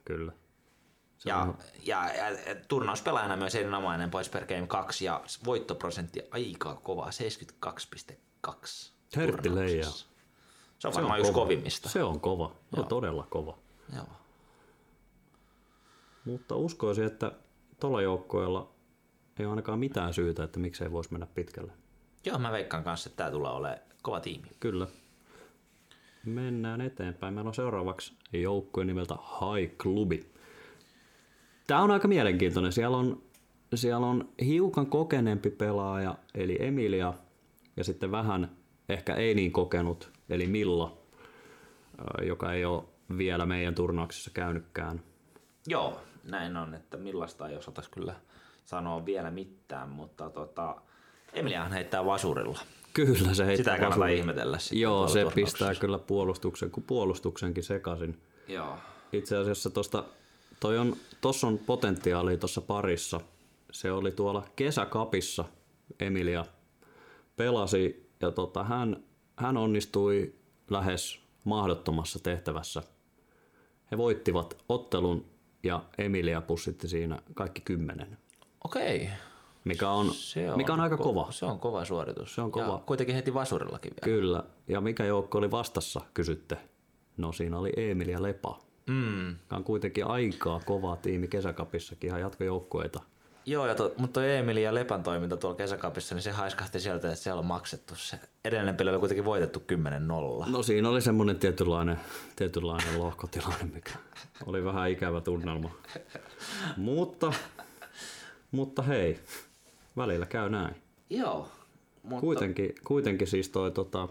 Speaker 1: kyllä.
Speaker 2: Ja, ja, ja, ja turnauspelaajana myös erinomainen points per game 2 ja voittoprosentti aika kova, 72,2.
Speaker 1: Hertti leijaa.
Speaker 2: turnauksessa. Se on varmaan yksi
Speaker 1: kova.
Speaker 2: kovimmista.
Speaker 1: Se on kova, no, todella kova.
Speaker 2: Joo.
Speaker 1: Mutta uskoisin, että tuolla joukkueella ei ole ainakaan mitään syytä, että miksei voisi mennä pitkälle.
Speaker 2: Joo, mä veikkaan kanssa, että tämä tulee olemaan kova tiimi.
Speaker 1: Kyllä. Mennään eteenpäin. Meillä on seuraavaksi joukkue nimeltä High Klubi. Tämä on aika mielenkiintoinen. Siellä on, siellä on hiukan kokeneempi pelaaja, eli Emilia, ja sitten vähän ehkä ei niin kokenut, eli Milla, ö, joka ei ole vielä meidän turnauksessa käynytkään.
Speaker 2: Joo, näin on, että millaista ei osataisi kyllä sanoa vielä mitään, mutta tota, Emiliahan heittää vasurilla.
Speaker 1: Kyllä se heittää
Speaker 2: Sitä ei kannata
Speaker 1: vasurin.
Speaker 2: ihmetellä sitten
Speaker 1: Joo,
Speaker 2: tuolla
Speaker 1: se
Speaker 2: turnauksessa.
Speaker 1: pistää kyllä puolustuksen kuin puolustuksenkin sekaisin.
Speaker 2: Joo.
Speaker 1: Itse asiassa tuosta, toi on, tossa on potentiaalia tuossa parissa. Se oli tuolla kesäkapissa, Emilia pelasi ja tota, hän, hän onnistui lähes mahdottomassa tehtävässä. He voittivat ottelun ja Emilia pussitti siinä kaikki kymmenen,
Speaker 2: Okei.
Speaker 1: mikä on,
Speaker 2: Se on,
Speaker 1: mikä on aika
Speaker 2: ko-
Speaker 1: kova.
Speaker 2: Se on kova suoritus.
Speaker 1: Se on
Speaker 2: Ja
Speaker 1: kova.
Speaker 2: kuitenkin heti vasurillakin vielä.
Speaker 1: Kyllä, ja mikä joukko oli vastassa, kysytte? No siinä oli Emil ja Lepa.
Speaker 2: Mm.
Speaker 1: Joka on kuitenkin aikaa kova tiimi kesäkapissakin, ihan jatkojoukkueita.
Speaker 2: Joo, ja to, mutta toi Emilin ja Lepän toiminta tuolla kesäkaupissa, niin se haiskahti sieltä, että siellä on maksettu se. Edellinen peli oli kuitenkin voitettu 10-0.
Speaker 1: No siinä oli semmoinen tietynlainen, tietynlainen lohkotilanne, mikä oli vähän ikävä tunnelma. Mutta, mutta hei, välillä käy näin.
Speaker 2: Joo, mutta
Speaker 1: Kuitenkin, kuitenkin siis toi tota,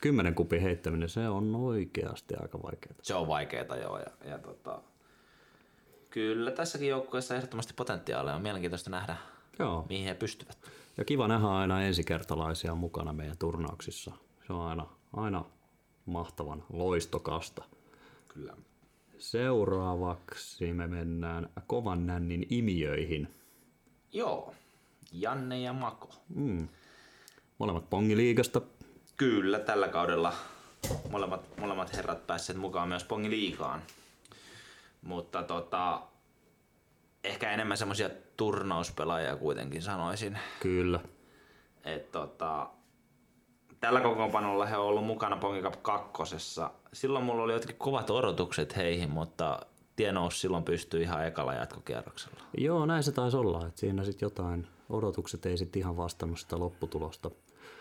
Speaker 1: kymmenen kupin heittäminen, se on oikeasti aika vaikeaa.
Speaker 2: se on vaikeeta joo. Ja, ja tota, kyllä tässäkin joukkueessa ehdottomasti potentiaalia on mielenkiintoista nähdä,
Speaker 1: Joo.
Speaker 2: mihin he pystyvät.
Speaker 1: Ja kiva nähdä aina ensikertalaisia mukana meidän turnauksissa. Se on aina, aina mahtavan loistokasta.
Speaker 2: Kyllä.
Speaker 1: Seuraavaksi me mennään kovan nännin imiöihin.
Speaker 2: Joo, Janne ja Mako.
Speaker 1: Molemmat pongiliigasta.
Speaker 2: Kyllä, tällä kaudella molemmat, molemmat herrat päässeet mukaan myös Pongi liikaan. Mutta tota, ehkä enemmän semmoisia turnauspelaajia kuitenkin sanoisin.
Speaker 1: Kyllä.
Speaker 2: Et tota, tällä kokoonpanolla he on ollut mukana Pongi Cup 2. Silloin mulla oli jotenkin kovat odotukset heihin, mutta Tienous silloin pystyy ihan ekalla jatkokierroksella.
Speaker 1: Joo, näin se taisi olla. Et siinä sitten jotain odotukset ei sitten ihan vastannut sitä lopputulosta.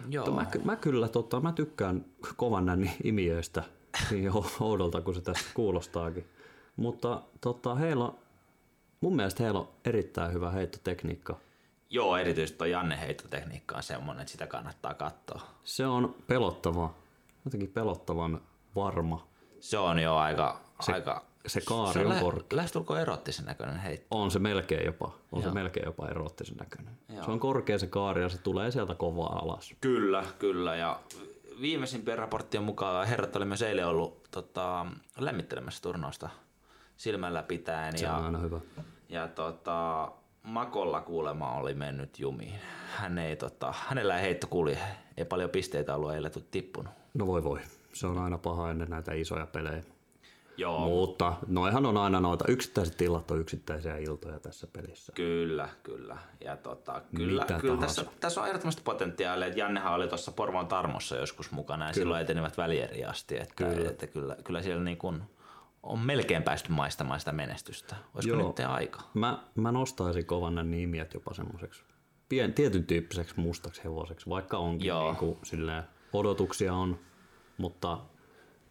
Speaker 2: Joo.
Speaker 1: Mutta Mä, ky- mä, kyllä tota, mä tykkään kovan nännin imiöistä niin ou- oudolta kuin se tässä kuulostaakin. Mutta tota, heillä on, mun mielestä heillä on erittäin hyvä heittotekniikka.
Speaker 2: Joo, erityisesti tuo Janne heittotekniikka on semmonen, että sitä kannattaa katsoa.
Speaker 1: Se on pelottava, jotenkin pelottavan varma.
Speaker 2: Se on jo aika... Se, aika
Speaker 1: se kaari on korkea.
Speaker 2: Lähestulkoon erottisen näköinen heitto.
Speaker 1: On se melkein jopa, on se melkein jopa eroottisen näköinen. Joo. Se on korkea se kaari ja se tulee sieltä kovaa alas.
Speaker 2: Kyllä, kyllä. Ja viimeisimpien raporttien mukaan herrat oli myös eilen ollut tota, lämmittelemässä turnausta silmällä pitäen.
Speaker 1: Se on
Speaker 2: Ja,
Speaker 1: aina hyvä.
Speaker 2: ja tota, Makolla kuulema oli mennyt jumiin. Hän ei, tota, hänellä ei heitto kulje. Ei paljon pisteitä ollut eilen tuu tippunut.
Speaker 1: No voi voi, se on aina paha ennen näitä isoja pelejä.
Speaker 2: Joo,
Speaker 1: Mutta noihan on aina noita yksittäiset illat on yksittäisiä iltoja tässä pelissä.
Speaker 2: Kyllä, kyllä. Ja tota, kyllä,
Speaker 1: Mitä
Speaker 2: kyllä
Speaker 1: tahansa.
Speaker 2: tässä, tässä, on ehdottomasti potentiaalia. että Jannehan oli tuossa Porvoon Tarmossa joskus mukana ja kyllä. silloin etenivät välieri asti. Että, kyllä. Että kyllä, kyllä siellä niin kuin on melkein päästy maistamaan sitä menestystä. Olisiko
Speaker 1: Joo.
Speaker 2: nyt te aika?
Speaker 1: Mä, mä nostaisin kovan nämä nimiät jopa semmoiseksi pien, tietyn tyyppiseksi mustaksi hevoseksi, vaikka onkin
Speaker 2: Joo.
Speaker 1: niin kuin, silleen, odotuksia on, mutta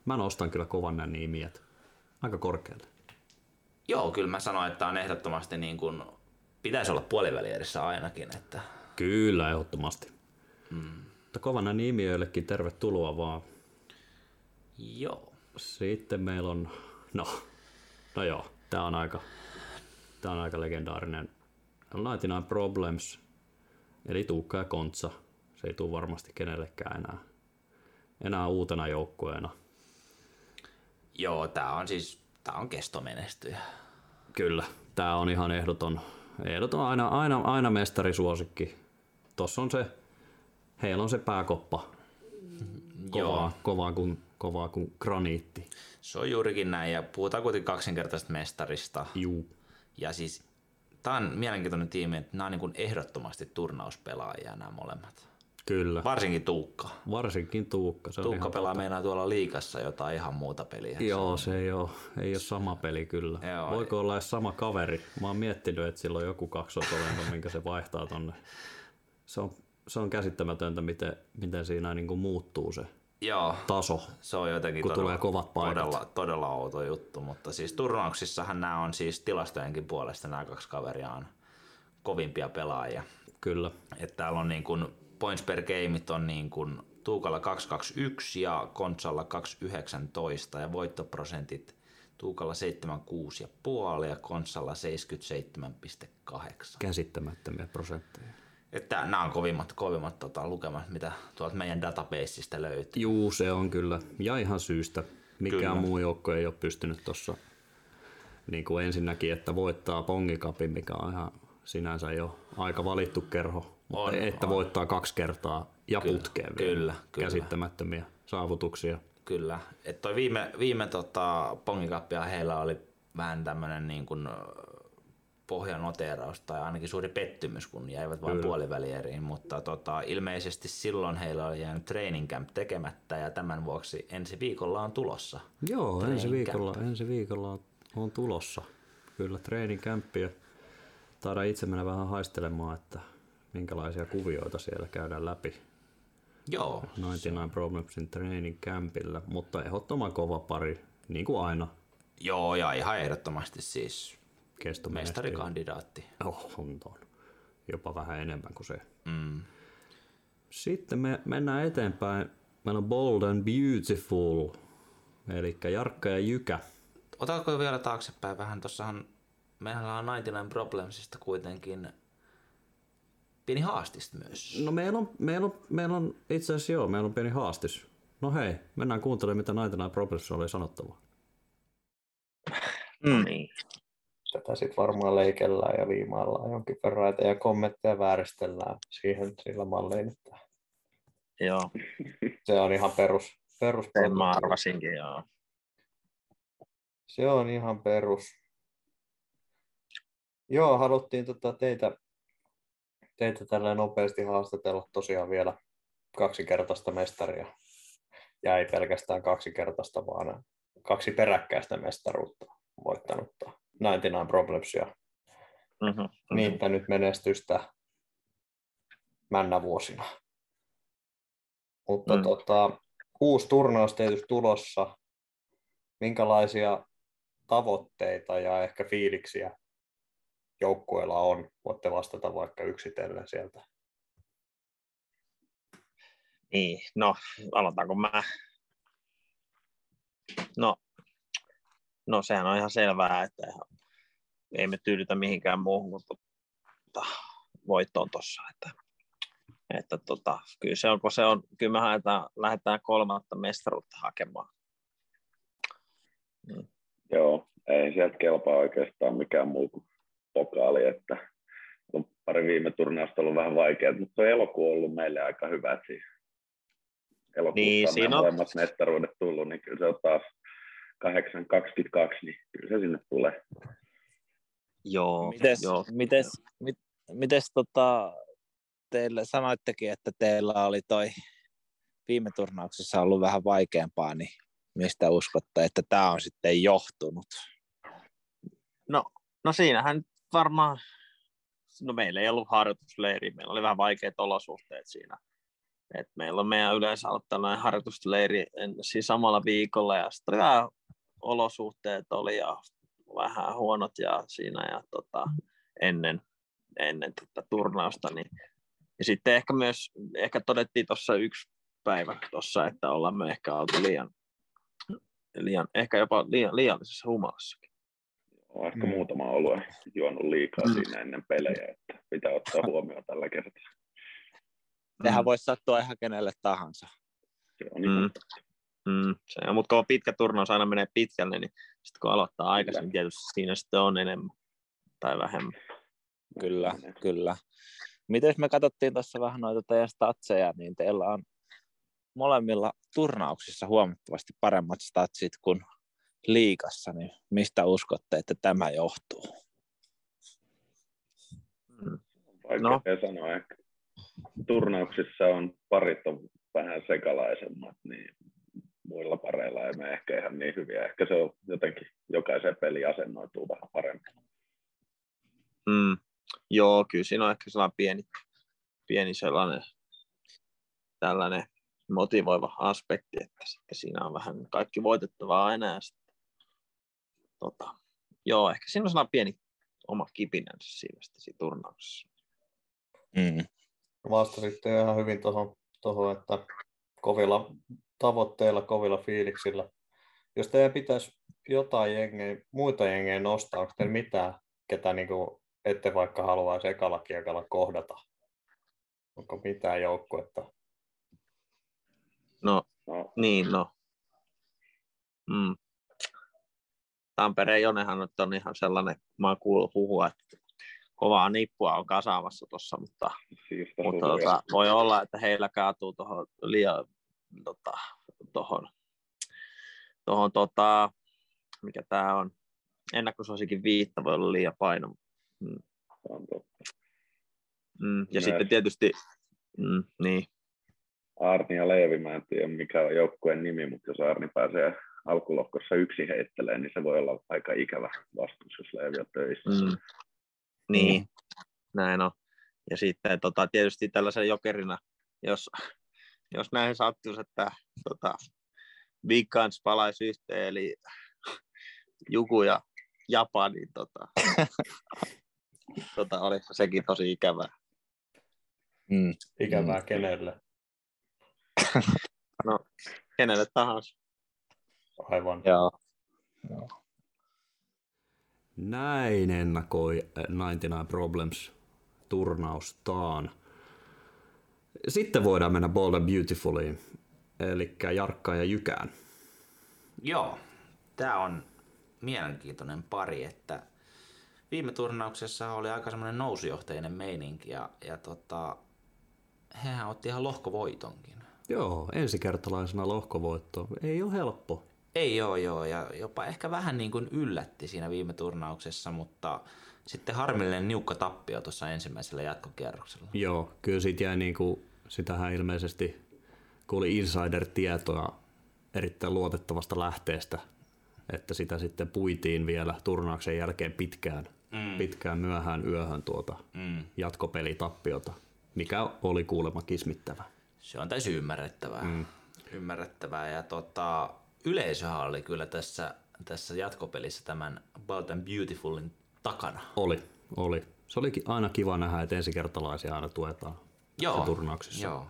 Speaker 1: mä nostan kyllä kovan nämä nimiät aika korkealle.
Speaker 2: Joo, kyllä mä sanoin, että on ehdottomasti niin kuin, pitäisi olla puolivälierissä ainakin, että
Speaker 1: Kyllä, ehdottomasti. Mm. Mutta kovana nimiöillekin tervetuloa vaan.
Speaker 2: joo.
Speaker 1: Sitten meillä on, no, no joo, tää on aika, tää on aika legendaarinen. 99 Problems, eli Tuukka ja Kontsa. Se ei tule varmasti kenellekään enää, enää uutena joukkueena.
Speaker 2: Joo, tää on siis, tää on kestomenestyjä.
Speaker 1: Kyllä, tämä on ihan ehdoton, ehdoton aina, aina, aina mestarisuosikki. Tossa on se, heillä on se pääkoppa
Speaker 2: Mm-hmm. Joo,
Speaker 1: kovaa, kovaa, kuin, kovaa kuin graniitti.
Speaker 2: se on juurikin näin ja puhutaan kuitenkin kaksinkertaisesta mestarista.
Speaker 1: Juu.
Speaker 2: Ja siis tää on mielenkiintoinen tiimi, että nämä on niin kuin ehdottomasti turnauspelaajia nämä molemmat.
Speaker 1: Kyllä,
Speaker 2: Varsinkin Tuukka.
Speaker 1: varsinkin Tuukka. Se on
Speaker 2: Tuukka
Speaker 1: ihan
Speaker 2: pelaa meinaa tuolla liikassa jotain ihan muuta peliä.
Speaker 1: Joo, se ei ole, ei ole sama peli kyllä.
Speaker 2: Joo,
Speaker 1: Joo, Voiko olla edes sama kaveri? Mä oon miettinyt, että sillä on joku kaksoisolento, minkä se vaihtaa tonne. Se on, se on käsittämätöntä, miten, miten siinä niin kuin muuttuu se
Speaker 2: Joo.
Speaker 1: taso.
Speaker 2: Se on jotenkin
Speaker 1: Kun tulee kovat paikat.
Speaker 2: todella, todella outo juttu, mutta siis turnauksissahan nämä on siis tilastojenkin puolesta nämä kaksi kaveria on kovimpia pelaajia.
Speaker 1: Kyllä,
Speaker 2: Et täällä on niin kuin points per gameit on niin kuin Tuukalla 221 ja Kontsalla 219 ja voittoprosentit Tuukalla 76,5 ja Kontsalla 77,8.
Speaker 1: käsittämättömiä prosentteja.
Speaker 2: Että nämä on kovimmat, kovimmat tota, lukemat, mitä tuolta meidän databaseista löytyy.
Speaker 1: Juu, se on kyllä. Ja ihan syystä. Mikään
Speaker 2: Kyllä.
Speaker 1: muu joukko ei ole pystynyt tuossa niin kuin ensinnäkin, että voittaa pongikapin, mikä on ihan sinänsä jo aika valittu kerho,
Speaker 2: On,
Speaker 1: on, että
Speaker 2: on.
Speaker 1: on. voittaa kaksi kertaa ja kyllä, putkeen vielä.
Speaker 2: kyllä, kyllä.
Speaker 1: Käsittämättömiä saavutuksia.
Speaker 2: Kyllä. Et toi viime, viime tota, pongikappia heillä oli vähän tämmöinen niin kuin, ö, pohjanoteeraus tai ainakin suuri pettymys, kun jäivät vain puolivälieriin, mutta tota, ilmeisesti silloin heillä oli jäänyt training camp tekemättä ja tämän vuoksi ensi viikolla on tulossa.
Speaker 1: Joo,
Speaker 2: Training
Speaker 1: ensi
Speaker 2: camp.
Speaker 1: viikolla, ensi viikolla on, on tulossa. Kyllä, treenikämppiä. Taidaan itse mennä vähän haistelemaan, että minkälaisia kuvioita siellä käydään läpi.
Speaker 2: Joo,
Speaker 1: 99 Problemsin training campillä, mutta ehdottoman kova pari, niin kuin aina,
Speaker 2: joo ja ihan ehdottomasti siis
Speaker 1: kesto
Speaker 2: mestarikandidaatti.
Speaker 1: Oh, on ton. Jopa vähän enemmän kuin se. Mm. Sitten me mennään eteenpäin. Meillä on Bold and Beautiful, eli Jarkka ja Jykä.
Speaker 2: Otatko vielä taaksepäin vähän? Tuossahan meillä on 99 Problemsista kuitenkin pieni haastist myös.
Speaker 1: No meillä on, meillä on, meillä on itse asiassa joo, meillä on pieni haastis. No hei, mennään kuuntelemaan, mitä Naitana Problems oli sanottavaa.
Speaker 7: No niin,
Speaker 8: tätä sitten varmaan leikellään ja viimaillaan jonkin verran, että- ja kommentteja vääristellään siihen sillä malliin, että
Speaker 7: Joo,
Speaker 8: se on ihan perus. perus
Speaker 7: sen mä arvasinkin, joo.
Speaker 8: se on ihan perus. Joo, haluttiin tota teitä, teitä tällä nopeasti haastatella tosiaan vielä kaksikertaista mestaria. Ja ei pelkästään kaksikertaista, vaan kaksi peräkkäistä mestaruutta voittanutta 99 Problemsia.
Speaker 7: Mm-hmm.
Speaker 8: Niinpä nyt menestystä männä vuosina. Mutta
Speaker 7: Mm.
Speaker 8: mm. tota, uusi turnaus tietysti tulossa. Minkälaisia tavoitteita ja ehkä fiiliksiä joukkueella on? Voitte vastata vaikka yksitellen sieltä.
Speaker 7: Niin, no, aloitanko mä? No, no sehän on ihan selvää, että ihan- ei me tyydytä mihinkään muuhun kuin tuota, voittoon tuossa. Että, että tota, kyllä, se on, kun se on, kyllä me haetaan, lähdetään kolmatta mestaruutta hakemaan.
Speaker 9: Joo, ei sieltä kelpaa oikeastaan mikään muu kuin pokaali, että on pari viime turnausta ollut vähän vaikeaa, mutta tuo elokuu on ollut meille aika hyvä, että siis elokuussa
Speaker 7: Niin,
Speaker 9: on
Speaker 7: siinä
Speaker 9: nämä
Speaker 7: on-
Speaker 9: molemmat mestaruudet tullut, niin kyllä se on taas 8.22, niin kyllä se sinne tulee.
Speaker 7: Joo.
Speaker 2: Mites-
Speaker 7: joo. Mites, mit, mites tota, teille sanoittekin, että teillä oli toi viime turnauksessa ollut vähän vaikeampaa, niin mistä uskotte, että tämä on sitten johtunut? No, no siinähän varmaan no meillä ei ollut harjoitusleiri, meillä oli vähän vaikeat olosuhteet siinä. Et meillä on meidän yleensä ollut tällainen harjoitusleiri siis samalla viikolla ja sitten oli vähän olosuhteet oli ja vähän huonot ja siinä ja tota, ennen, ennen tätä turnausta. Niin. Ja sitten ehkä myös, ehkä todettiin tuossa yksi päivä tuossa, että ollaan me ehkä oltu liian, liian ehkä jopa liian, liiallisessa humalassakin.
Speaker 9: On ehkä muutama alue juonut liikaa siinä ennen pelejä, että pitää ottaa huomioon tällä kertaa.
Speaker 6: Tähän voisi sattua ihan kenelle tahansa.
Speaker 9: Se on niin
Speaker 7: Mm. Mm. Se, mutta kun on pitkä turnaus aina menee pitkälle, niin sitten kun aloittaa aikaisemmin, tietysti siinä sitten on enemmän tai vähemmän.
Speaker 6: Kyllä, kyllä. Miten me katsottiin tuossa vähän noita teidän statseja, niin teillä on molemmilla turnauksissa huomattavasti paremmat statsit kuin liikassa, niin mistä uskotte, että tämä johtuu?
Speaker 7: Mm.
Speaker 9: vaikea no. sanoa. Ehkä turnauksissa on parit on vähän sekalaisemmat, niin muilla pareilla ei mene ehkä ihan niin hyviä. Ehkä se on jotenkin, jokaisen peli asennoituu vähän paremmin.
Speaker 7: Mm. Joo, kyllä siinä on ehkä sellainen pieni, pieni sellainen tällainen motivoiva aspekti, että sitten siinä on vähän kaikki voitettavaa aina ja sitten, tota, joo, ehkä siinä on sellainen pieni oma kipinänsä siinä, sitten siinä turnauksessa.
Speaker 6: Mm.
Speaker 8: Vastasitte jo ihan hyvin tuohon, tohon, että kovilla tavoitteilla, kovilla fiiliksillä. Jos teidän pitäisi jotain jengeä, muita jengejä nostaa, onko teillä mitään, ketä niin kuin ette vaikka haluaisi ekalla kiekalla kohdata? Onko mitään joukkuetta?
Speaker 7: No,
Speaker 9: No,
Speaker 7: Niin, no. Mm. Tampereen Jonehan nyt on ihan sellainen, mä oon kuullut puhua, että kovaa nippua on kasaamassa tuossa, mutta,
Speaker 9: siistä
Speaker 7: mutta
Speaker 9: suluja.
Speaker 7: tota, voi olla, että heillä kaatuu tuohon liian tota, tohon, tohon, tota, mikä tämä on, ennakkosuosikin viitta voi olla liian paino.
Speaker 9: Se on totta.
Speaker 7: Mm. Ja
Speaker 9: Myös.
Speaker 7: sitten tietysti, mm, niin,
Speaker 9: Arni ja Leevi, mä en tiedä mikä on joukkueen nimi, mutta jos Arni pääsee alkulohkossa yksi heittelee, niin se voi olla aika ikävä vastus, jos Leevi on töissä.
Speaker 7: Mm. Niin, mm. näin on. Ja sitten tota, tietysti tällaisen jokerina, jos, jos näin sattuisi, että tota, Big Guns palaisi yhteen, eli Juku ja Japani, niin tota, tota, oliko sekin tosi ikävää.
Speaker 6: Mm.
Speaker 8: Ikävää mm. kenelle?
Speaker 7: Kenelle tahansa.
Speaker 8: Aivan.
Speaker 6: Joo.
Speaker 1: Näin ennakoi äh, 99 Problems turnaustaan. Sitten voidaan mennä Bold and Beautifuliin, eli Jarkkaan ja Jykään.
Speaker 2: Joo, tämä on mielenkiintoinen pari, että viime turnauksessa oli aika semmoinen nousujohteinen meininki ja, ja tota, hehän otti ihan lohkovoitonkin.
Speaker 1: Joo, ensikertalaisena lohkovoitto. Ei ole helppo.
Speaker 2: Ei joo joo, ja jopa ehkä vähän niin kuin yllätti siinä viime turnauksessa, mutta sitten harmillinen niukka tappio tuossa ensimmäisellä jatkokierroksella.
Speaker 1: Joo, kyllä siitä jäi niinku, sitähän ilmeisesti, kun oli insider-tietoa erittäin luotettavasta lähteestä, että sitä sitten puitiin vielä turnauksen jälkeen pitkään, mm. pitkään myöhään yöhön tuota mm. jatkopelitappiota, mikä oli kuulemma kismittävä.
Speaker 2: Se on täysin ymmärrettävää. Mm. Ymmärrettävää ja tota, yleisöhän oli kyllä tässä, tässä jatkopelissä tämän Bold and Beautifulin takana.
Speaker 1: Oli, oli. Se olikin aina kiva nähdä, että ensikertalaisia aina tuetaan
Speaker 2: Joo.
Speaker 1: turnauksissa.
Speaker 2: Joo.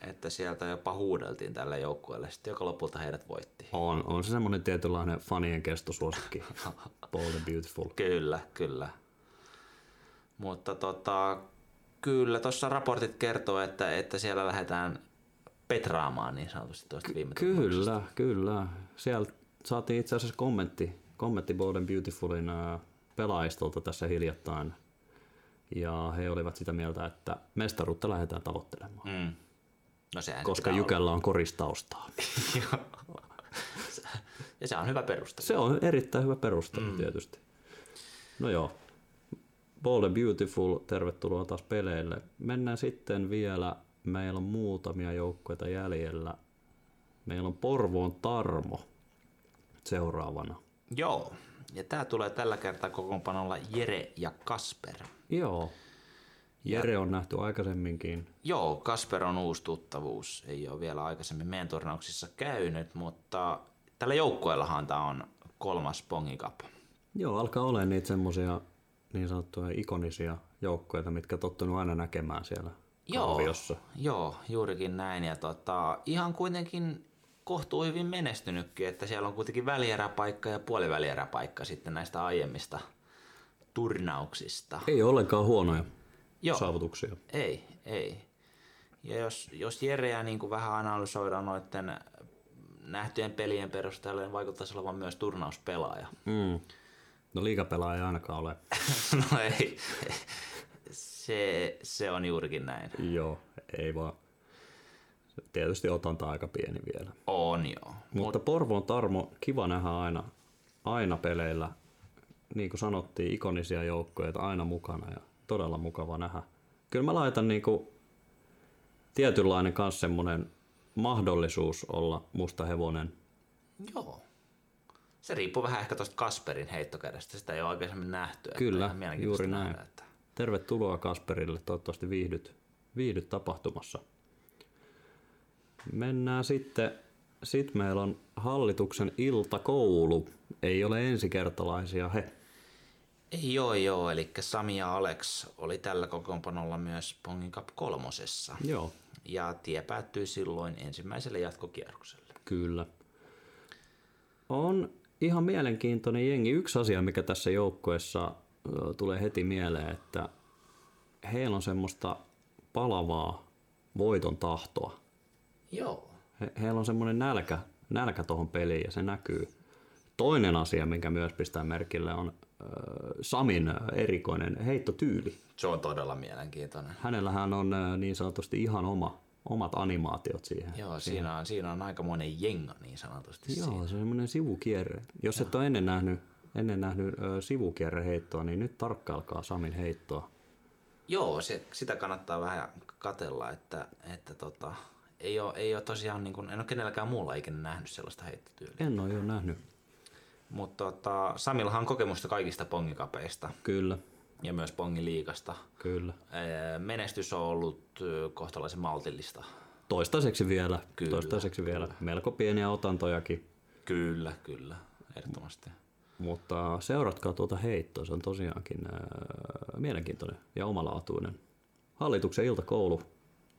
Speaker 2: Että sieltä jopa huudeltiin tälle joukkueelle, sitten joka lopulta heidät voitti.
Speaker 1: On, on se semmoinen tietynlainen fanien kestosuosikki. Bold and Beautiful.
Speaker 2: Kyllä, kyllä. Mutta tota, kyllä tuossa raportit kertoo, että, että siellä lähdetään petraamaan niin sanotusti tuosta viime
Speaker 1: Kyllä, kyllä. Siellä saatiin itse asiassa kommentti, kommentti Bold and Beautifulin ää, pelaajistolta tässä hiljattain. Ja he olivat sitä mieltä, että mestaruutta lähdetään tavoittelemaan, mm,
Speaker 2: Mm. No sehän
Speaker 1: koska Jykellä on koristaustaa.
Speaker 2: Joo. ja se on hyvä peruste.
Speaker 1: Se on erittäin hyvä perustelu mm. tietysti. No joo. Bold and Beautiful, tervetuloa taas peleille. Mennään sitten vielä, meillä on muutamia joukkoita jäljellä. Meillä on Porvoon Tarmo seuraavana.
Speaker 2: Joo. Ja tää tulee tällä kertaa kokoonpanolla Jere ja Kasper.
Speaker 1: Joo, Jere on nähty aikaisemminkin.
Speaker 2: Joo, Kasper on uusi tuttavuus. Ei ole vielä aikaisemmin meidän turnauksissa käynyt, mutta tällä joukkueellahan tämä on kolmas Pongi Cup.
Speaker 1: Joo, alkaa olemaan niitä semmoisia niin sanottuja ikonisia joukkueita, mitkä tottunut aina näkemään siellä
Speaker 2: Joo,
Speaker 1: kuviossa.
Speaker 2: joo, juurikin näin. Ja tota, ihan kuitenkin kohtuu hyvin menestynytkin, että siellä on kuitenkin välieräpaikka ja puolivälieräpaikka sitten näistä aiemmista turnauksista.
Speaker 1: Ei ole ollenkaan huonoja
Speaker 2: Joo.
Speaker 1: saavutuksia.
Speaker 2: Ei, ei. Ja jos, jos Jereä niin kuin vähän analysoidaan noiden nähtyjen pelien perusteella, niin vaikuttaisi olevan myös turnauspelaaja.
Speaker 1: Mm. No liikapelaaja ei ainakaan ole.
Speaker 2: no ei, se, se on juurikin näin.
Speaker 1: Joo, ei vaan. Tietysti otanta aika pieni vielä.
Speaker 2: On joo.
Speaker 1: Mutta Porvoon Tarmo, kiva nähdä aina, aina peleillä. Niin kuin sanottiin, ikonisia joukkoja aina mukana ja todella mukava nähdä. Kyllä mä laitan niin kuin tietynlainen kans semmonen mahdollisuus olla musta hevonen.
Speaker 2: Joo. Se riippuu vähän ehkä tuosta Kasperin heittokädestä. Sitä ei ole aikaisemmin nähty. että
Speaker 1: Kyllä,
Speaker 2: ihan mielenkiintoista
Speaker 1: juuri näin.
Speaker 2: nähdä, että
Speaker 1: Tervetuloa Kasperille, toivottavasti viihdyt, viihdyt tapahtumassa. Mennään sitten, sitten meillä on hallituksen iltakoulu. Ei ole ensikertalaisia he.
Speaker 2: Ei, joo, joo. Eli Sami ja Alex oli tällä kokoonpanolla myös Pongin Cup kolmosessa.
Speaker 1: Joo,
Speaker 2: Ja tie päättyi silloin ensimmäiselle jatkokierrokselle.
Speaker 1: Kyllä. On ihan mielenkiintoinen jengi. Yksi asia, mikä tässä joukkueessa ö, tulee heti mieleen, että heillä on semmoista palavaa voiton tahtoa.
Speaker 2: Joo.
Speaker 1: He, heillä on semmoinen nälkä, nälkä tuohon peliin ja se näkyy. Toinen asia, minkä myös pistää merkille, on ö, Samin ö, erikoinen heittotyyli.
Speaker 2: Se on todella mielenkiintoinen.
Speaker 1: Hänellähän on ö, niin sanotusti ihan oma, omat animaatiot siihen.
Speaker 2: Joo, siinä on, siinä on aikamoinen jenga niin sanotusti.
Speaker 1: Joo,
Speaker 2: siinä.
Speaker 1: se on semmoinen sivukierre. Jos et ole ennen nähnyt, ennen nähnyt ö, sivukierreheittoa, niin nyt tarkkailkaa Samin heittoa.
Speaker 2: Joo, se, sitä kannattaa vähän katella, että, että tota, ei, ole, ei ole tosiaan, niin kuin, en ole kenelläkään muulla ikinä nähnyt sellaista heittotyyliä.
Speaker 1: En ole jo nähnyt.
Speaker 2: Mutta tota, Samillahan on kokemusta kaikista pongikapeista
Speaker 1: Kyllä,
Speaker 2: ja myös pongiliikasta.
Speaker 1: kyllä.
Speaker 2: Ee, Menestys on ollut ö, kohtalaisen maltillista.
Speaker 1: Toistaiseksi vielä,
Speaker 2: Kyllä,
Speaker 1: toistaiseksi vielä. Melko pieniä otantojakin,
Speaker 2: Kyllä, kyllä, ehdottomasti.
Speaker 1: mutta seuratkaa tuota heittoa. Se on tosiaankin ö, mielenkiintoinen ja omalaatuinen. Hallituksen iltakoulu,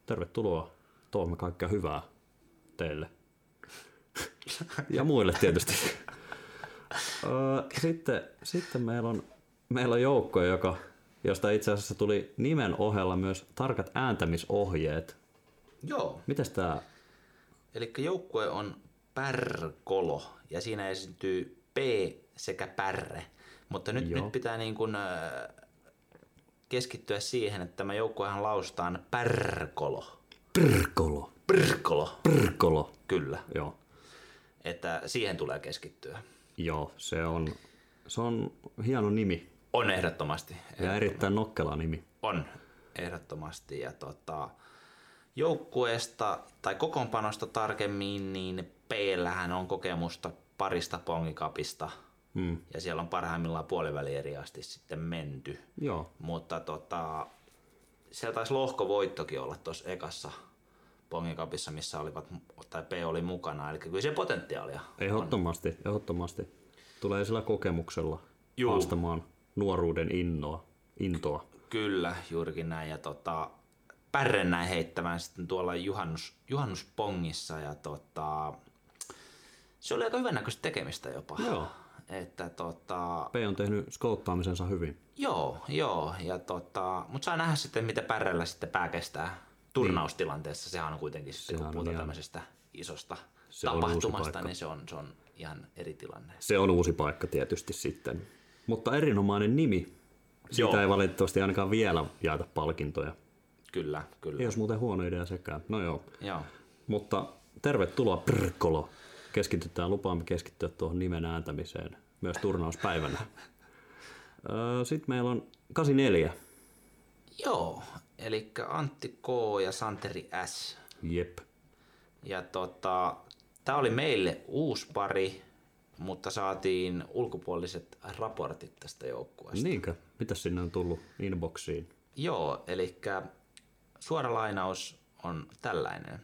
Speaker 1: tervetuloa. Toivomme kaikkea hyvää teille. ja muille tietysti. Öö, sitten, sitten meillä on, meillä on joukko, joka, josta itse asiassa tuli nimen ohella myös tarkat ääntämisohjeet.
Speaker 2: Joo,
Speaker 1: Mitäs tää?
Speaker 2: eli joukkue on pärkolo ja siinä esiintyy P sekä pärre. Mutta nyt,
Speaker 1: Joo.
Speaker 2: nyt pitää niin kuin, ö, keskittyä siihen, että tämä joukkuehan lausutaan pärkolo.
Speaker 1: Prkolo.
Speaker 2: Pärkolo,
Speaker 1: Prkolo.
Speaker 2: kyllä.
Speaker 1: Joo.
Speaker 2: Että siihen tulee keskittyä.
Speaker 1: Joo, se on, se on hieno nimi
Speaker 2: On ehdottomasti.
Speaker 1: ja erittäin nokkela nimi.
Speaker 2: On, ehdottomasti. Ja tota, joukkueesta tai kokoonpanosta tarkemmin, niin P-llähän on kokemusta parista pongikapista.
Speaker 1: Mm.
Speaker 2: Ja siellä on parhaimmillaan puolivälieri asti sitten menty.
Speaker 1: Joo,
Speaker 2: Mutta tota, siellä taisi lohkovoittokin olla tuossa ekassa pongikapissa, missä olivat, tai P oli mukana. Eli kyllä se potentiaalia.
Speaker 1: ehdottomasti, ehdottomasti. Tulee sillä kokemuksella
Speaker 2: Juu.
Speaker 1: haastamaan nuoruuden innoa, intoa.
Speaker 2: Kyllä, juurikin näin. Ja tota, pärren näin heittämään sitten tuolla juhannus, juhannuspongissa. Ja tota, se oli aika hyvännäköistä tekemistä jopa.
Speaker 1: Joo.
Speaker 2: Että tota,
Speaker 1: P on tehnyt skouttaamisensa hyvin.
Speaker 2: joo, joo. Ja tota, mutta saa nähdä sitten, mitä pärrellä sitten pää kestää turnaustilanteessa. Sehän on kuitenkin sitten,
Speaker 1: Sehän
Speaker 2: kun
Speaker 1: on
Speaker 2: puhutaan
Speaker 1: ihan-
Speaker 2: tämmöisestä isosta
Speaker 1: Se on uusi
Speaker 2: tapahtumasta,
Speaker 1: paikka.
Speaker 2: niin se on, se on ihan eri tilanne.
Speaker 1: Se on uusi paikka tietysti sitten. Mutta erinomainen nimi. Siitä
Speaker 2: Joo.
Speaker 1: ei valitettavasti ainakaan vielä jaeta palkintoja.
Speaker 2: Kyllä, kyllä.
Speaker 1: Ei
Speaker 2: Joo.
Speaker 1: olisi muuten huono idea sekään. No joo.
Speaker 2: joo.
Speaker 1: Mutta tervetuloa Prkkolo. Keskitytään, lupaamme keskittyä tuohon nimen ääntämiseen myös turnauspäivänä. Sitten meillä on 84.
Speaker 2: Joo, eli Antti K. ja Santeri S.
Speaker 1: Jep.
Speaker 2: Ja tota, tämä oli meille uusi pari, mutta saatiin ulkopuoliset raportit tästä
Speaker 1: Niin.
Speaker 2: joukkueesta.
Speaker 1: Niinkö? Mitäs sinne on tullut inboxiin?
Speaker 2: Joo, eli suora lainaus on tällainen.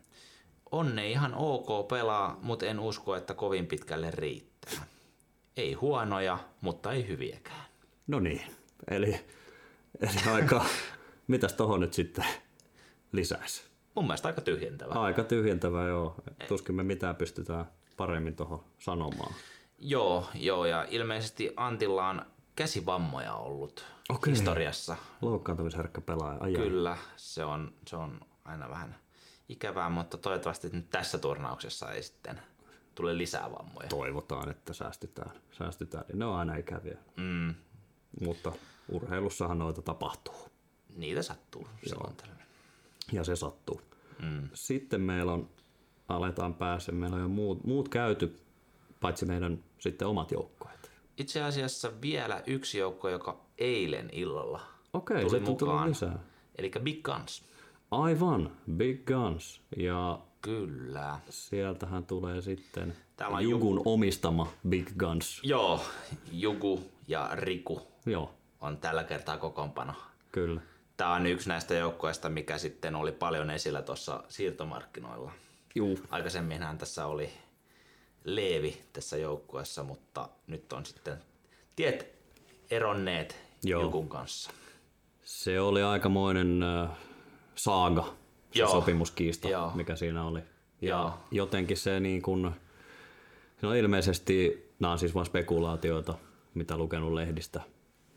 Speaker 2: Onne ihan ok pelaa, mutta en usko, että kovin pitkälle riittää. Ei huonoja, mutta ei hyviäkään.
Speaker 1: No niin, eli, eli aika, mitäs tohon nyt sitten lisäisi?
Speaker 2: Mun mielestä aika tyhjentävä.
Speaker 1: Aika tyhjentävä, joo. Tuskin me mitään pystytään paremmin tuohon sanomaan.
Speaker 2: Joo, joo, ja ilmeisesti Antilla on käsivammoja ollut
Speaker 1: Okei.
Speaker 2: historiassa.
Speaker 1: Loukkaantumisherkkä pelaaja, ajaa.
Speaker 2: Kyllä, se on, se on aina vähän ikävää, mutta toivottavasti nyt tässä turnauksessa ei sitten tule lisää vammoja.
Speaker 1: Toivotaan, että säästytään. säästytään. Niin Ne on aina ikäviä,
Speaker 2: Mm,
Speaker 1: mutta urheilussahan noita tapahtuu.
Speaker 2: niitä sattuu silloin tällöin.
Speaker 1: ja se sattuu.
Speaker 2: Mm.
Speaker 1: Sitten meillä on, aletaan pääse, meillä on jo muut, muut käyty, paitsi meidän sitten omat joukkueet.
Speaker 2: Itse asiassa vielä yksi joukko, joka eilen illalla
Speaker 1: Okei,
Speaker 2: tuli
Speaker 1: sitten on tullut
Speaker 2: mukaan.
Speaker 1: lisää.
Speaker 2: Eli Big Guns.
Speaker 1: Aivan, Big Guns. Ja
Speaker 2: Kyllä.
Speaker 1: sieltähän tulee sitten
Speaker 2: Täällä on
Speaker 1: Jugun omistama Big Guns.
Speaker 2: Joo, Juku ja Riku
Speaker 1: Joo,
Speaker 2: on tällä kertaa kokoonpano.
Speaker 1: kyllä.
Speaker 2: Tämä on yksi näistä joukkoista, mikä sitten oli paljon esillä tuossa siirtomarkkinoilla.
Speaker 1: Juu.
Speaker 2: Aikaisemminhan tässä oli Leevi tässä joukkueessa, mutta nyt on sitten tiet eronneet
Speaker 1: Joo.
Speaker 2: Jukun kanssa.
Speaker 1: Se oli aikamoinen äh, saaga, se
Speaker 2: Joo.
Speaker 1: sopimuskiista,
Speaker 2: Joo.
Speaker 1: mikä siinä oli. Ja
Speaker 2: Joo.
Speaker 1: jotenkin se niin kuin, no ilmeisesti, nämä on siis vain spekulaatioita, mitä lukenut lehdistä,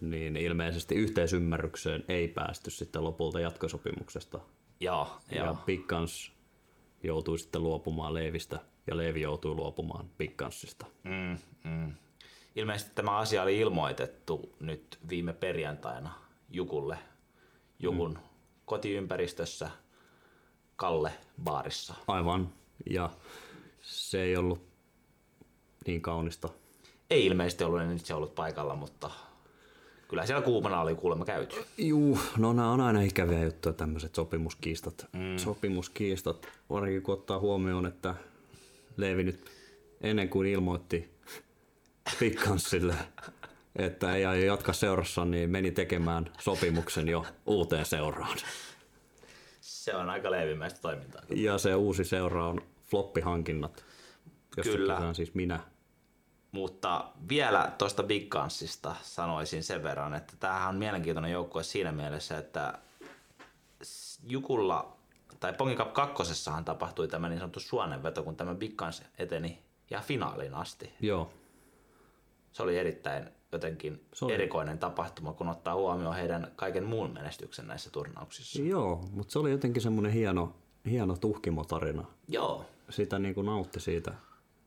Speaker 1: niin ilmeisesti yhteisymmärrykseen ei päästy sitten lopulta jatkosopimuksesta.
Speaker 2: Joo,
Speaker 1: Ja,
Speaker 2: joo.
Speaker 1: ja Pikkans joutui sitten luopumaan Leevistä ja Leevi joutui luopumaan Pikkansista.
Speaker 2: Mm, mm. Ilmeisesti tämä asia oli ilmoitettu nyt viime perjantaina Jukulle, Jukun mm. kotiympäristössä, Kalle baarissa.
Speaker 1: Aivan. Ja se ei ollut niin kaunista.
Speaker 2: Ei ilmeisesti ollut en itse ollut paikalla, mutta kyllä siellä kuumana oli kuulemma käyty.
Speaker 1: Juu, no nämä on aina ikäviä juttuja tämmöiset sopimuskiistat. Mm. Sopimuskiistat, varsinkin kun ottaa huomioon, että Leevi nyt ennen kuin ilmoitti Pikkanssille, että ei aio jatka seurassa, niin meni tekemään sopimuksen jo uuteen seuraan.
Speaker 2: Se on aika leivimäistä toimintaa.
Speaker 1: Ja se uusi seura on floppihankinnat, josta
Speaker 2: Kyllä.
Speaker 1: Kyllä. siis minä.
Speaker 2: Mutta vielä tuosta Big Gunsista sanoisin sen verran, että tämähän on mielenkiintoinen joukkue siinä mielessä, että s- Jukulla tai Pongi Cup 2 tapahtui tämä niin sanottu suonenveto, kun tämä Big Guns eteni ja finaaliin asti.
Speaker 1: Joo,
Speaker 2: Se oli erittäin jotenkin
Speaker 1: Se oli-
Speaker 2: erikoinen tapahtuma, kun ottaa huomioon heidän kaiken muun menestyksen näissä turnauksissa.
Speaker 1: Joo mutta se oli jotenkin semmoinen hieno, hieno tuhkimotarina.
Speaker 2: Joo,
Speaker 1: Sitä niin kuin nautti siitä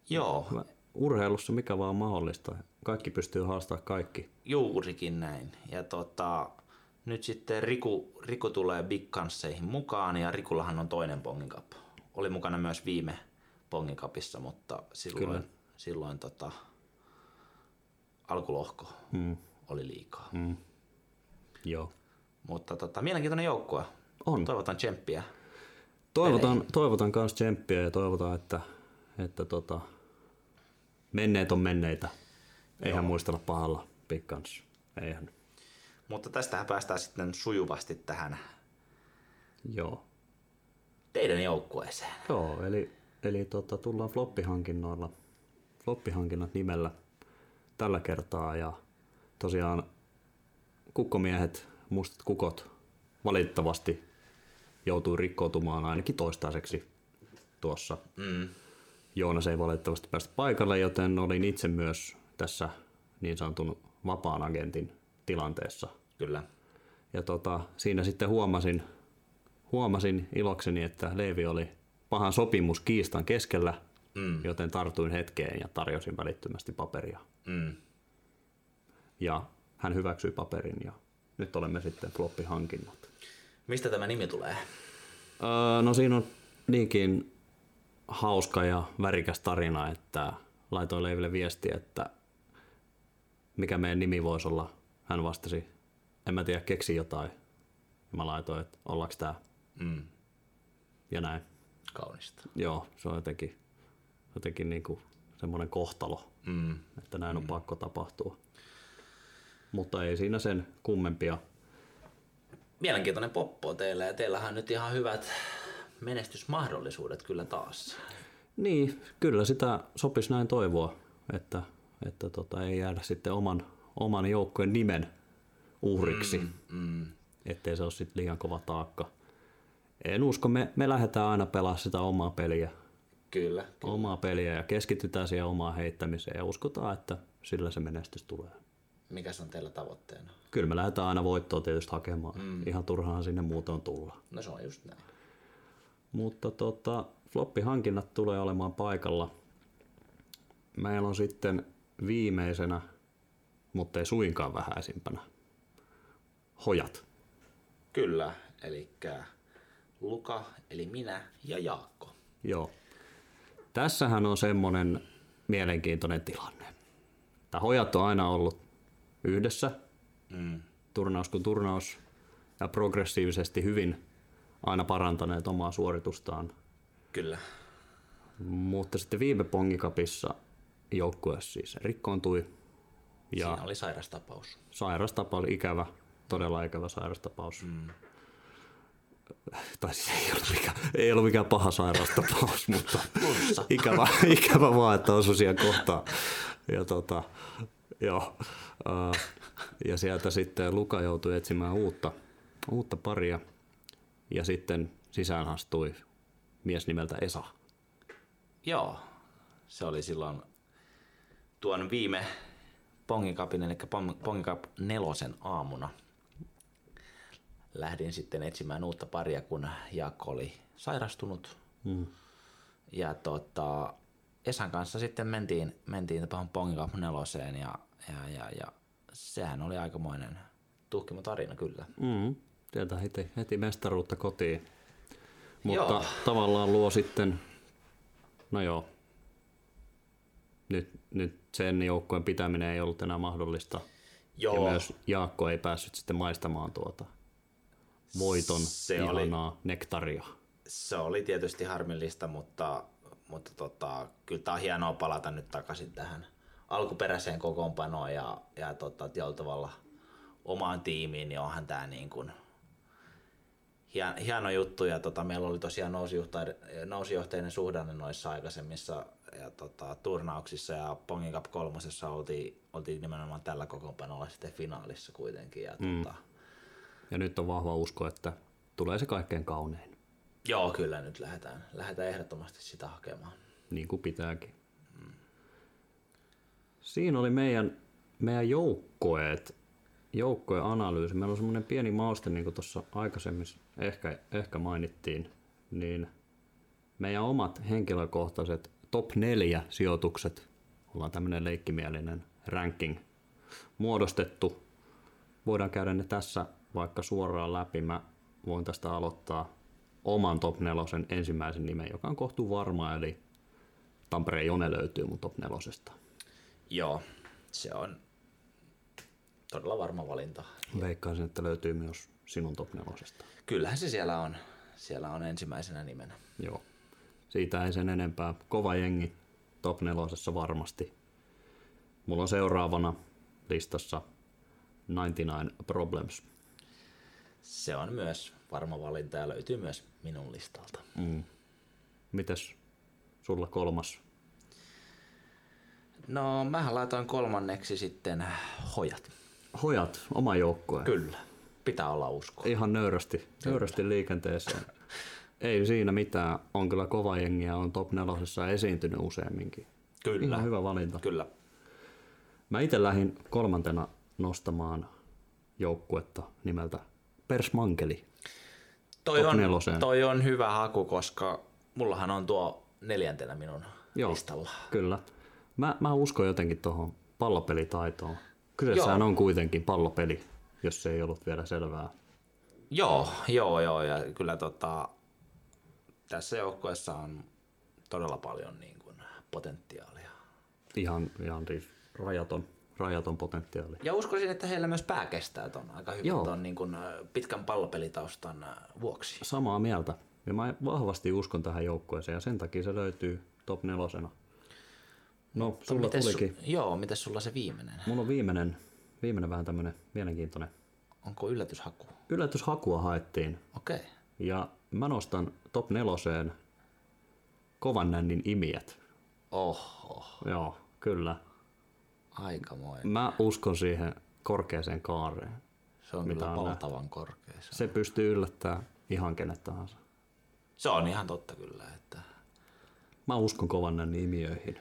Speaker 2: joo,
Speaker 1: Mä- urheilussa mikä vaan mahdollista. Kaikki pystyy haastaa kaikki.
Speaker 2: Juurikin näin. Ja tota, nyt sitten Riku, Riku tulee Big Kansseihin mukaan ja Rikullahan on toinen Pongin Cup. Oli mukana myös viime Pongin Cupissa, mutta silloin,
Speaker 1: Kyllä.
Speaker 2: silloin tota, alkulohko
Speaker 1: Mm.
Speaker 2: oli liikaa.
Speaker 1: Mm. Joo.
Speaker 2: Mutta tota, mielenkiintoinen joukkue.
Speaker 1: On.
Speaker 2: Toivotan tsemppiä.
Speaker 1: Toivotan, toivotan kans tsemppiä ja toivotan, että, että tota, menneet on menneitä. Eihän Joo. muistella pahalla pikkans. Eihän.
Speaker 2: Mutta tästähän päästään sitten sujuvasti tähän
Speaker 1: Joo.
Speaker 2: teidän joukkueeseen.
Speaker 1: Joo, eli, eli tota, tullaan floppihankinnoilla, floppihankinnat nimellä tällä kertaa ja tosiaan kukkomiehet, mustat kukot valitettavasti joutuu rikkoutumaan ainakin toistaiseksi tuossa.
Speaker 2: Mm.
Speaker 1: Joonas ei valitettavasti päästä paikalle, joten olin itse myös tässä niin sanotun vapaan agentin tilanteessa.
Speaker 2: Kyllä.
Speaker 1: Ja tota, siinä sitten huomasin, huomasin ilokseni, että Leevi oli pahan sopimus kiistan keskellä,
Speaker 2: Mm.
Speaker 1: joten tartuin hetkeen ja tarjosin välittömästi paperia.
Speaker 2: Mm.
Speaker 1: Ja hän hyväksyi paperin ja nyt olemme sitten floppihankinnat.
Speaker 2: Mistä tämä nimi tulee?
Speaker 1: Öö, no siinä on niinkin hauska ja värikäs tarina, että laitoin Leiville viestiä, että mikä meidän nimi voisi olla. Hän vastasi, en mä tiedä, keksi jotain. Ja mä laitoin, että ollaanko tää
Speaker 2: Mm.
Speaker 1: ja näin.
Speaker 2: Kaunista.
Speaker 1: Joo, se on jotenkin, jotenkin niin kuin semmoinen kohtalo,
Speaker 2: Mm.
Speaker 1: että näin on pakko tapahtua. Mutta ei siinä sen kummempia.
Speaker 2: Mielenkiintoinen poppo teillä ja teillähän on nyt ihan hyvät menestysmahdollisuudet kyllä taas.
Speaker 1: Niin, kyllä sitä sopisi näin toivoa, että, että tota, ei jäädä sitten oman, oman joukkueen nimen uhriksi, mm,
Speaker 2: mm.
Speaker 1: ettei se ole sitten liian kova taakka. En usko, me, me lähdetään aina pelaamaan sitä omaa peliä,
Speaker 2: Kyllä.
Speaker 1: omaa peliä ja keskitytään siihen omaan heittämiseen ja uskotaan, että sillä se menestys tulee.
Speaker 2: Mikä se on teillä tavoitteena?
Speaker 1: Kyllä me lähdetään aina voittoa tietysti hakemaan, mm. ihan turhaan sinne muutoin tulla.
Speaker 2: No se on just näin.
Speaker 1: Mutta tota, floppihankinnat tulee olemaan paikalla. Meillä on sitten viimeisenä, mutta ei suinkaan vähäisimpänä, hojat.
Speaker 2: Kyllä, eli Luka, eli minä ja Jaakko.
Speaker 1: Joo. Tässähän on semmoinen mielenkiintoinen tilanne. Tämä hojat on aina ollut yhdessä,
Speaker 2: Mm.
Speaker 1: turnaus kuin turnaus, ja progressiivisesti hyvin aina parantaneet omaa suoritustaan
Speaker 2: Kyllä.
Speaker 1: Mutta sitten viime pongikapissa joukkue siis rikkoontui
Speaker 2: Ja.
Speaker 1: ja
Speaker 2: Siinä oli sairastapaus.
Speaker 1: sairastapaus, ikävä, todella ikävä sairastapaus. Mm. Tai siis ei ollut mikään, ei ollut mikään paha sairastapaus, mutta ikävä, ikävä vaan, että osui siihen kohtaan. Ja, tota, joo. Äh, ja sieltä sitten Luka joutui etsimään uutta, uutta paria ja sitten sisään astui mies nimeltä Esa.
Speaker 2: Joo, se oli silloin tuon viime Pongikapin, eli Pong- Pongikap nelosen aamuna. Lähdin sitten etsimään uutta paria, kun Jaakko oli sairastunut.
Speaker 1: Mm.
Speaker 2: Ja tota, Esan kanssa sitten mentiin, mentiin tuohon Pongikap neloseen ja, ja, ja, ja sehän oli aikamoinen tuhkimo tarina kyllä.
Speaker 1: Mm. Sieltä heti, heti mestaruutta kotiin. Mutta
Speaker 2: Joo.
Speaker 1: tavallaan luo sitten, no joo, nyt, nyt sen joukkueen pitäminen ei ollut enää mahdollista.
Speaker 2: Joo.
Speaker 1: Ja myös Jaakko ei päässyt sitten maistamaan tuota voiton
Speaker 2: Se
Speaker 1: se
Speaker 2: oli-
Speaker 1: ihanaa oli. nektaria.
Speaker 2: se oli tietysti harmillista, mutta, mutta tota, kyllä tämä on hienoa palata nyt takaisin tähän alkuperäiseen kokoonpanoon ja, ja tota, tietyllä tavalla omaan tiimiin, niin onhan tämä niin kuin hien, hieno juttu. Ja tota, meillä oli tosiaan nousijohtaja- nousijohteinen suhdanne noissa aikaisemmissa ja tota, turnauksissa ja Pongin Cup kolmosessa oltiin, oltiin nimenomaan tällä kokoonpanolla sitten finaalissa kuitenkin. Ja, tota,
Speaker 1: Ja nyt on vahva usko, että tulee se kaikkein kaunein,
Speaker 2: Joo, kyllä nyt lähdetään, lähdetään ehdottomasti sitä hakemaan.
Speaker 1: niin kuin pitääkin. Siinä oli meidän, meidän joukkoeet, joukkojen analyysi. Meillä on semmoinen pieni mauste, niin kuin tuossa aikaisemmin ehkä, ehkä mainittiin, niin meidän omat henkilökohtaiset top 4 sijoitukset, ollaan tämmöinen leikkimielinen ranking muodostettu. Voidaan käydä ne tässä vaikka suoraan läpi. Mä voin tästä aloittaa oman top 4 ensimmäisen nimen, joka on kohtuu varma, eli Tampereen Jone löytyy mun top 4
Speaker 2: Joo, se on todella varma valinta.
Speaker 1: Veikkaisin, että löytyy myös sinun top nelosesta.
Speaker 2: Kyllähän se siellä on. Siellä on ensimmäisenä nimenä.
Speaker 1: Joo. Siitä ei sen enempää. Kova jengi top nelosessa varmasti. Mulla on seuraavana listassa 99 Problems.
Speaker 2: Se on myös varma valinta ja löytyy myös minun listalta.
Speaker 1: Mites sulla kolmas?
Speaker 2: No, mä laitoin kolmanneksi sitten hojat.
Speaker 1: Hojat, oma joukkue.
Speaker 2: Kyllä, pitää olla uskoa.
Speaker 1: Ihan nöyrästi, nöyrästi liikenteeseen. Ei siinä mitään. On kyllä kova jengiä, on top nelosessa esiintynyt useamminkin.
Speaker 2: Kyllä.
Speaker 1: Ihan hyvä valinta.
Speaker 2: Kyllä.
Speaker 1: Mä itse lähdin kolmantena nostamaan joukkuetta nimeltä Persmankeli.
Speaker 2: Toi
Speaker 1: Top
Speaker 2: on,
Speaker 1: neloseen.
Speaker 2: toi on hyvä haku, koska mullahan on tuo neljäntenä minun
Speaker 1: Joo.
Speaker 2: listalla.
Speaker 1: Kyllä. Mä, mä uskon jotenkin tuohon pallopelitaitoon. Kyseessähän
Speaker 2: Joo.
Speaker 1: on kuitenkin pallopeli, jos se ei ollut vielä selvää.
Speaker 2: Joo, joo, joo. Ja kyllä tota, tässä joukkueessa on todella paljon niin kuin, potentiaalia.
Speaker 1: Ihan, ihan siis rajaton, rajaton potentiaali.
Speaker 2: Ja uskoisin, että heillä myös pää kestää ton aika hyvin
Speaker 1: Joo.
Speaker 2: ton, niin kuin, pitkän pallopelitaustan äh, vuoksi.
Speaker 1: Samaa mieltä. Ja mä vahvasti uskon tähän joukkueeseen ja sen takia se löytyy top nelosena. No, sulla
Speaker 2: Mites su-
Speaker 1: tulikin.
Speaker 2: joo, miten sulla se viimeinen?
Speaker 1: Mulla on viimeinen, viimeinen vähän tämmönen mielenkiintoinen
Speaker 2: Onko yllätyshaku?
Speaker 1: Yllätyshakua haettiin
Speaker 2: Okei.
Speaker 1: ja mä nostan top neloseen kovan nännin imijät.
Speaker 2: Oho,
Speaker 1: Joo, kyllä.
Speaker 2: aikamoinen.
Speaker 1: Mä uskon siihen korkeaseen kaareen.
Speaker 2: Se on
Speaker 1: Mitä
Speaker 2: kyllä
Speaker 1: on nää?
Speaker 2: valtavan korkea. Se-
Speaker 1: Se pystyy yllättämään ihan kenet tahansa.
Speaker 2: Se on ihan totta kyllä, että...
Speaker 1: Mä uskon kovan nännin imijöihin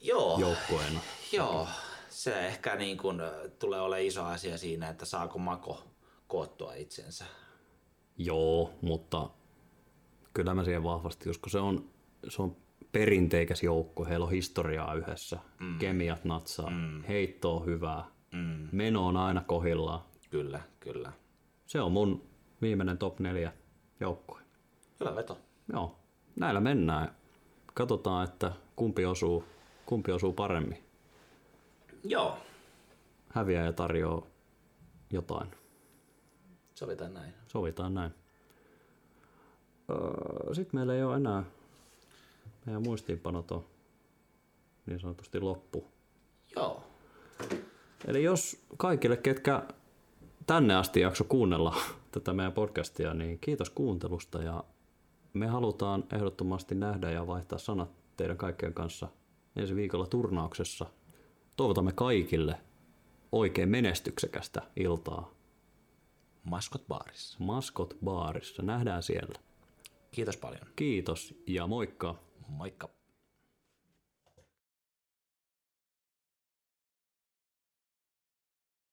Speaker 2: Joo, Joo.
Speaker 1: joukkueena.
Speaker 2: Joo, se ehkä niin kuin ö, tulee ole iso asia siinä, että saako Mako koottua itsensä.
Speaker 1: Joo, mutta kyllä mä siihen vahvasti uskon. Se on, se on perinteikäs joukko, heillä on historiaa yhdessä, mm. kemiat natsaa, mm. heitto on hyvää, mm. meno on aina kohillaan.
Speaker 2: Kyllä, kyllä.
Speaker 1: Se on mun viimeinen top 4 joukkue.
Speaker 2: Hyvä veto.
Speaker 1: Joo, näillä mennään. Katsotaan, että kumpi osuu, kumpi osuu paremmin.
Speaker 2: Joo,
Speaker 1: Häviää ja tarjoaa jotain.
Speaker 2: sovitaan näin.
Speaker 1: Sovitaan näin. Öö, Sitten meillä ei ole enää, meidän muistiinpanot on niin sanotusti loppu.
Speaker 2: Joo,
Speaker 1: Eli jos kaikille, ketkä tänne asti jakso kuunnella tätä meidän podcastia, niin kiitos kuuntelusta ja me halutaan ehdottomasti nähdä ja vaihtaa sanat teidän kaikkien kanssa ensi viikolla turnauksessa. Toivotamme kaikille oikein menestyksekästä iltaa
Speaker 2: maskot baarissa.
Speaker 1: Maskot Baarissa. Nähdään siellä.
Speaker 2: Kiitos paljon.
Speaker 1: Kiitos ja moikka!
Speaker 2: Moikka.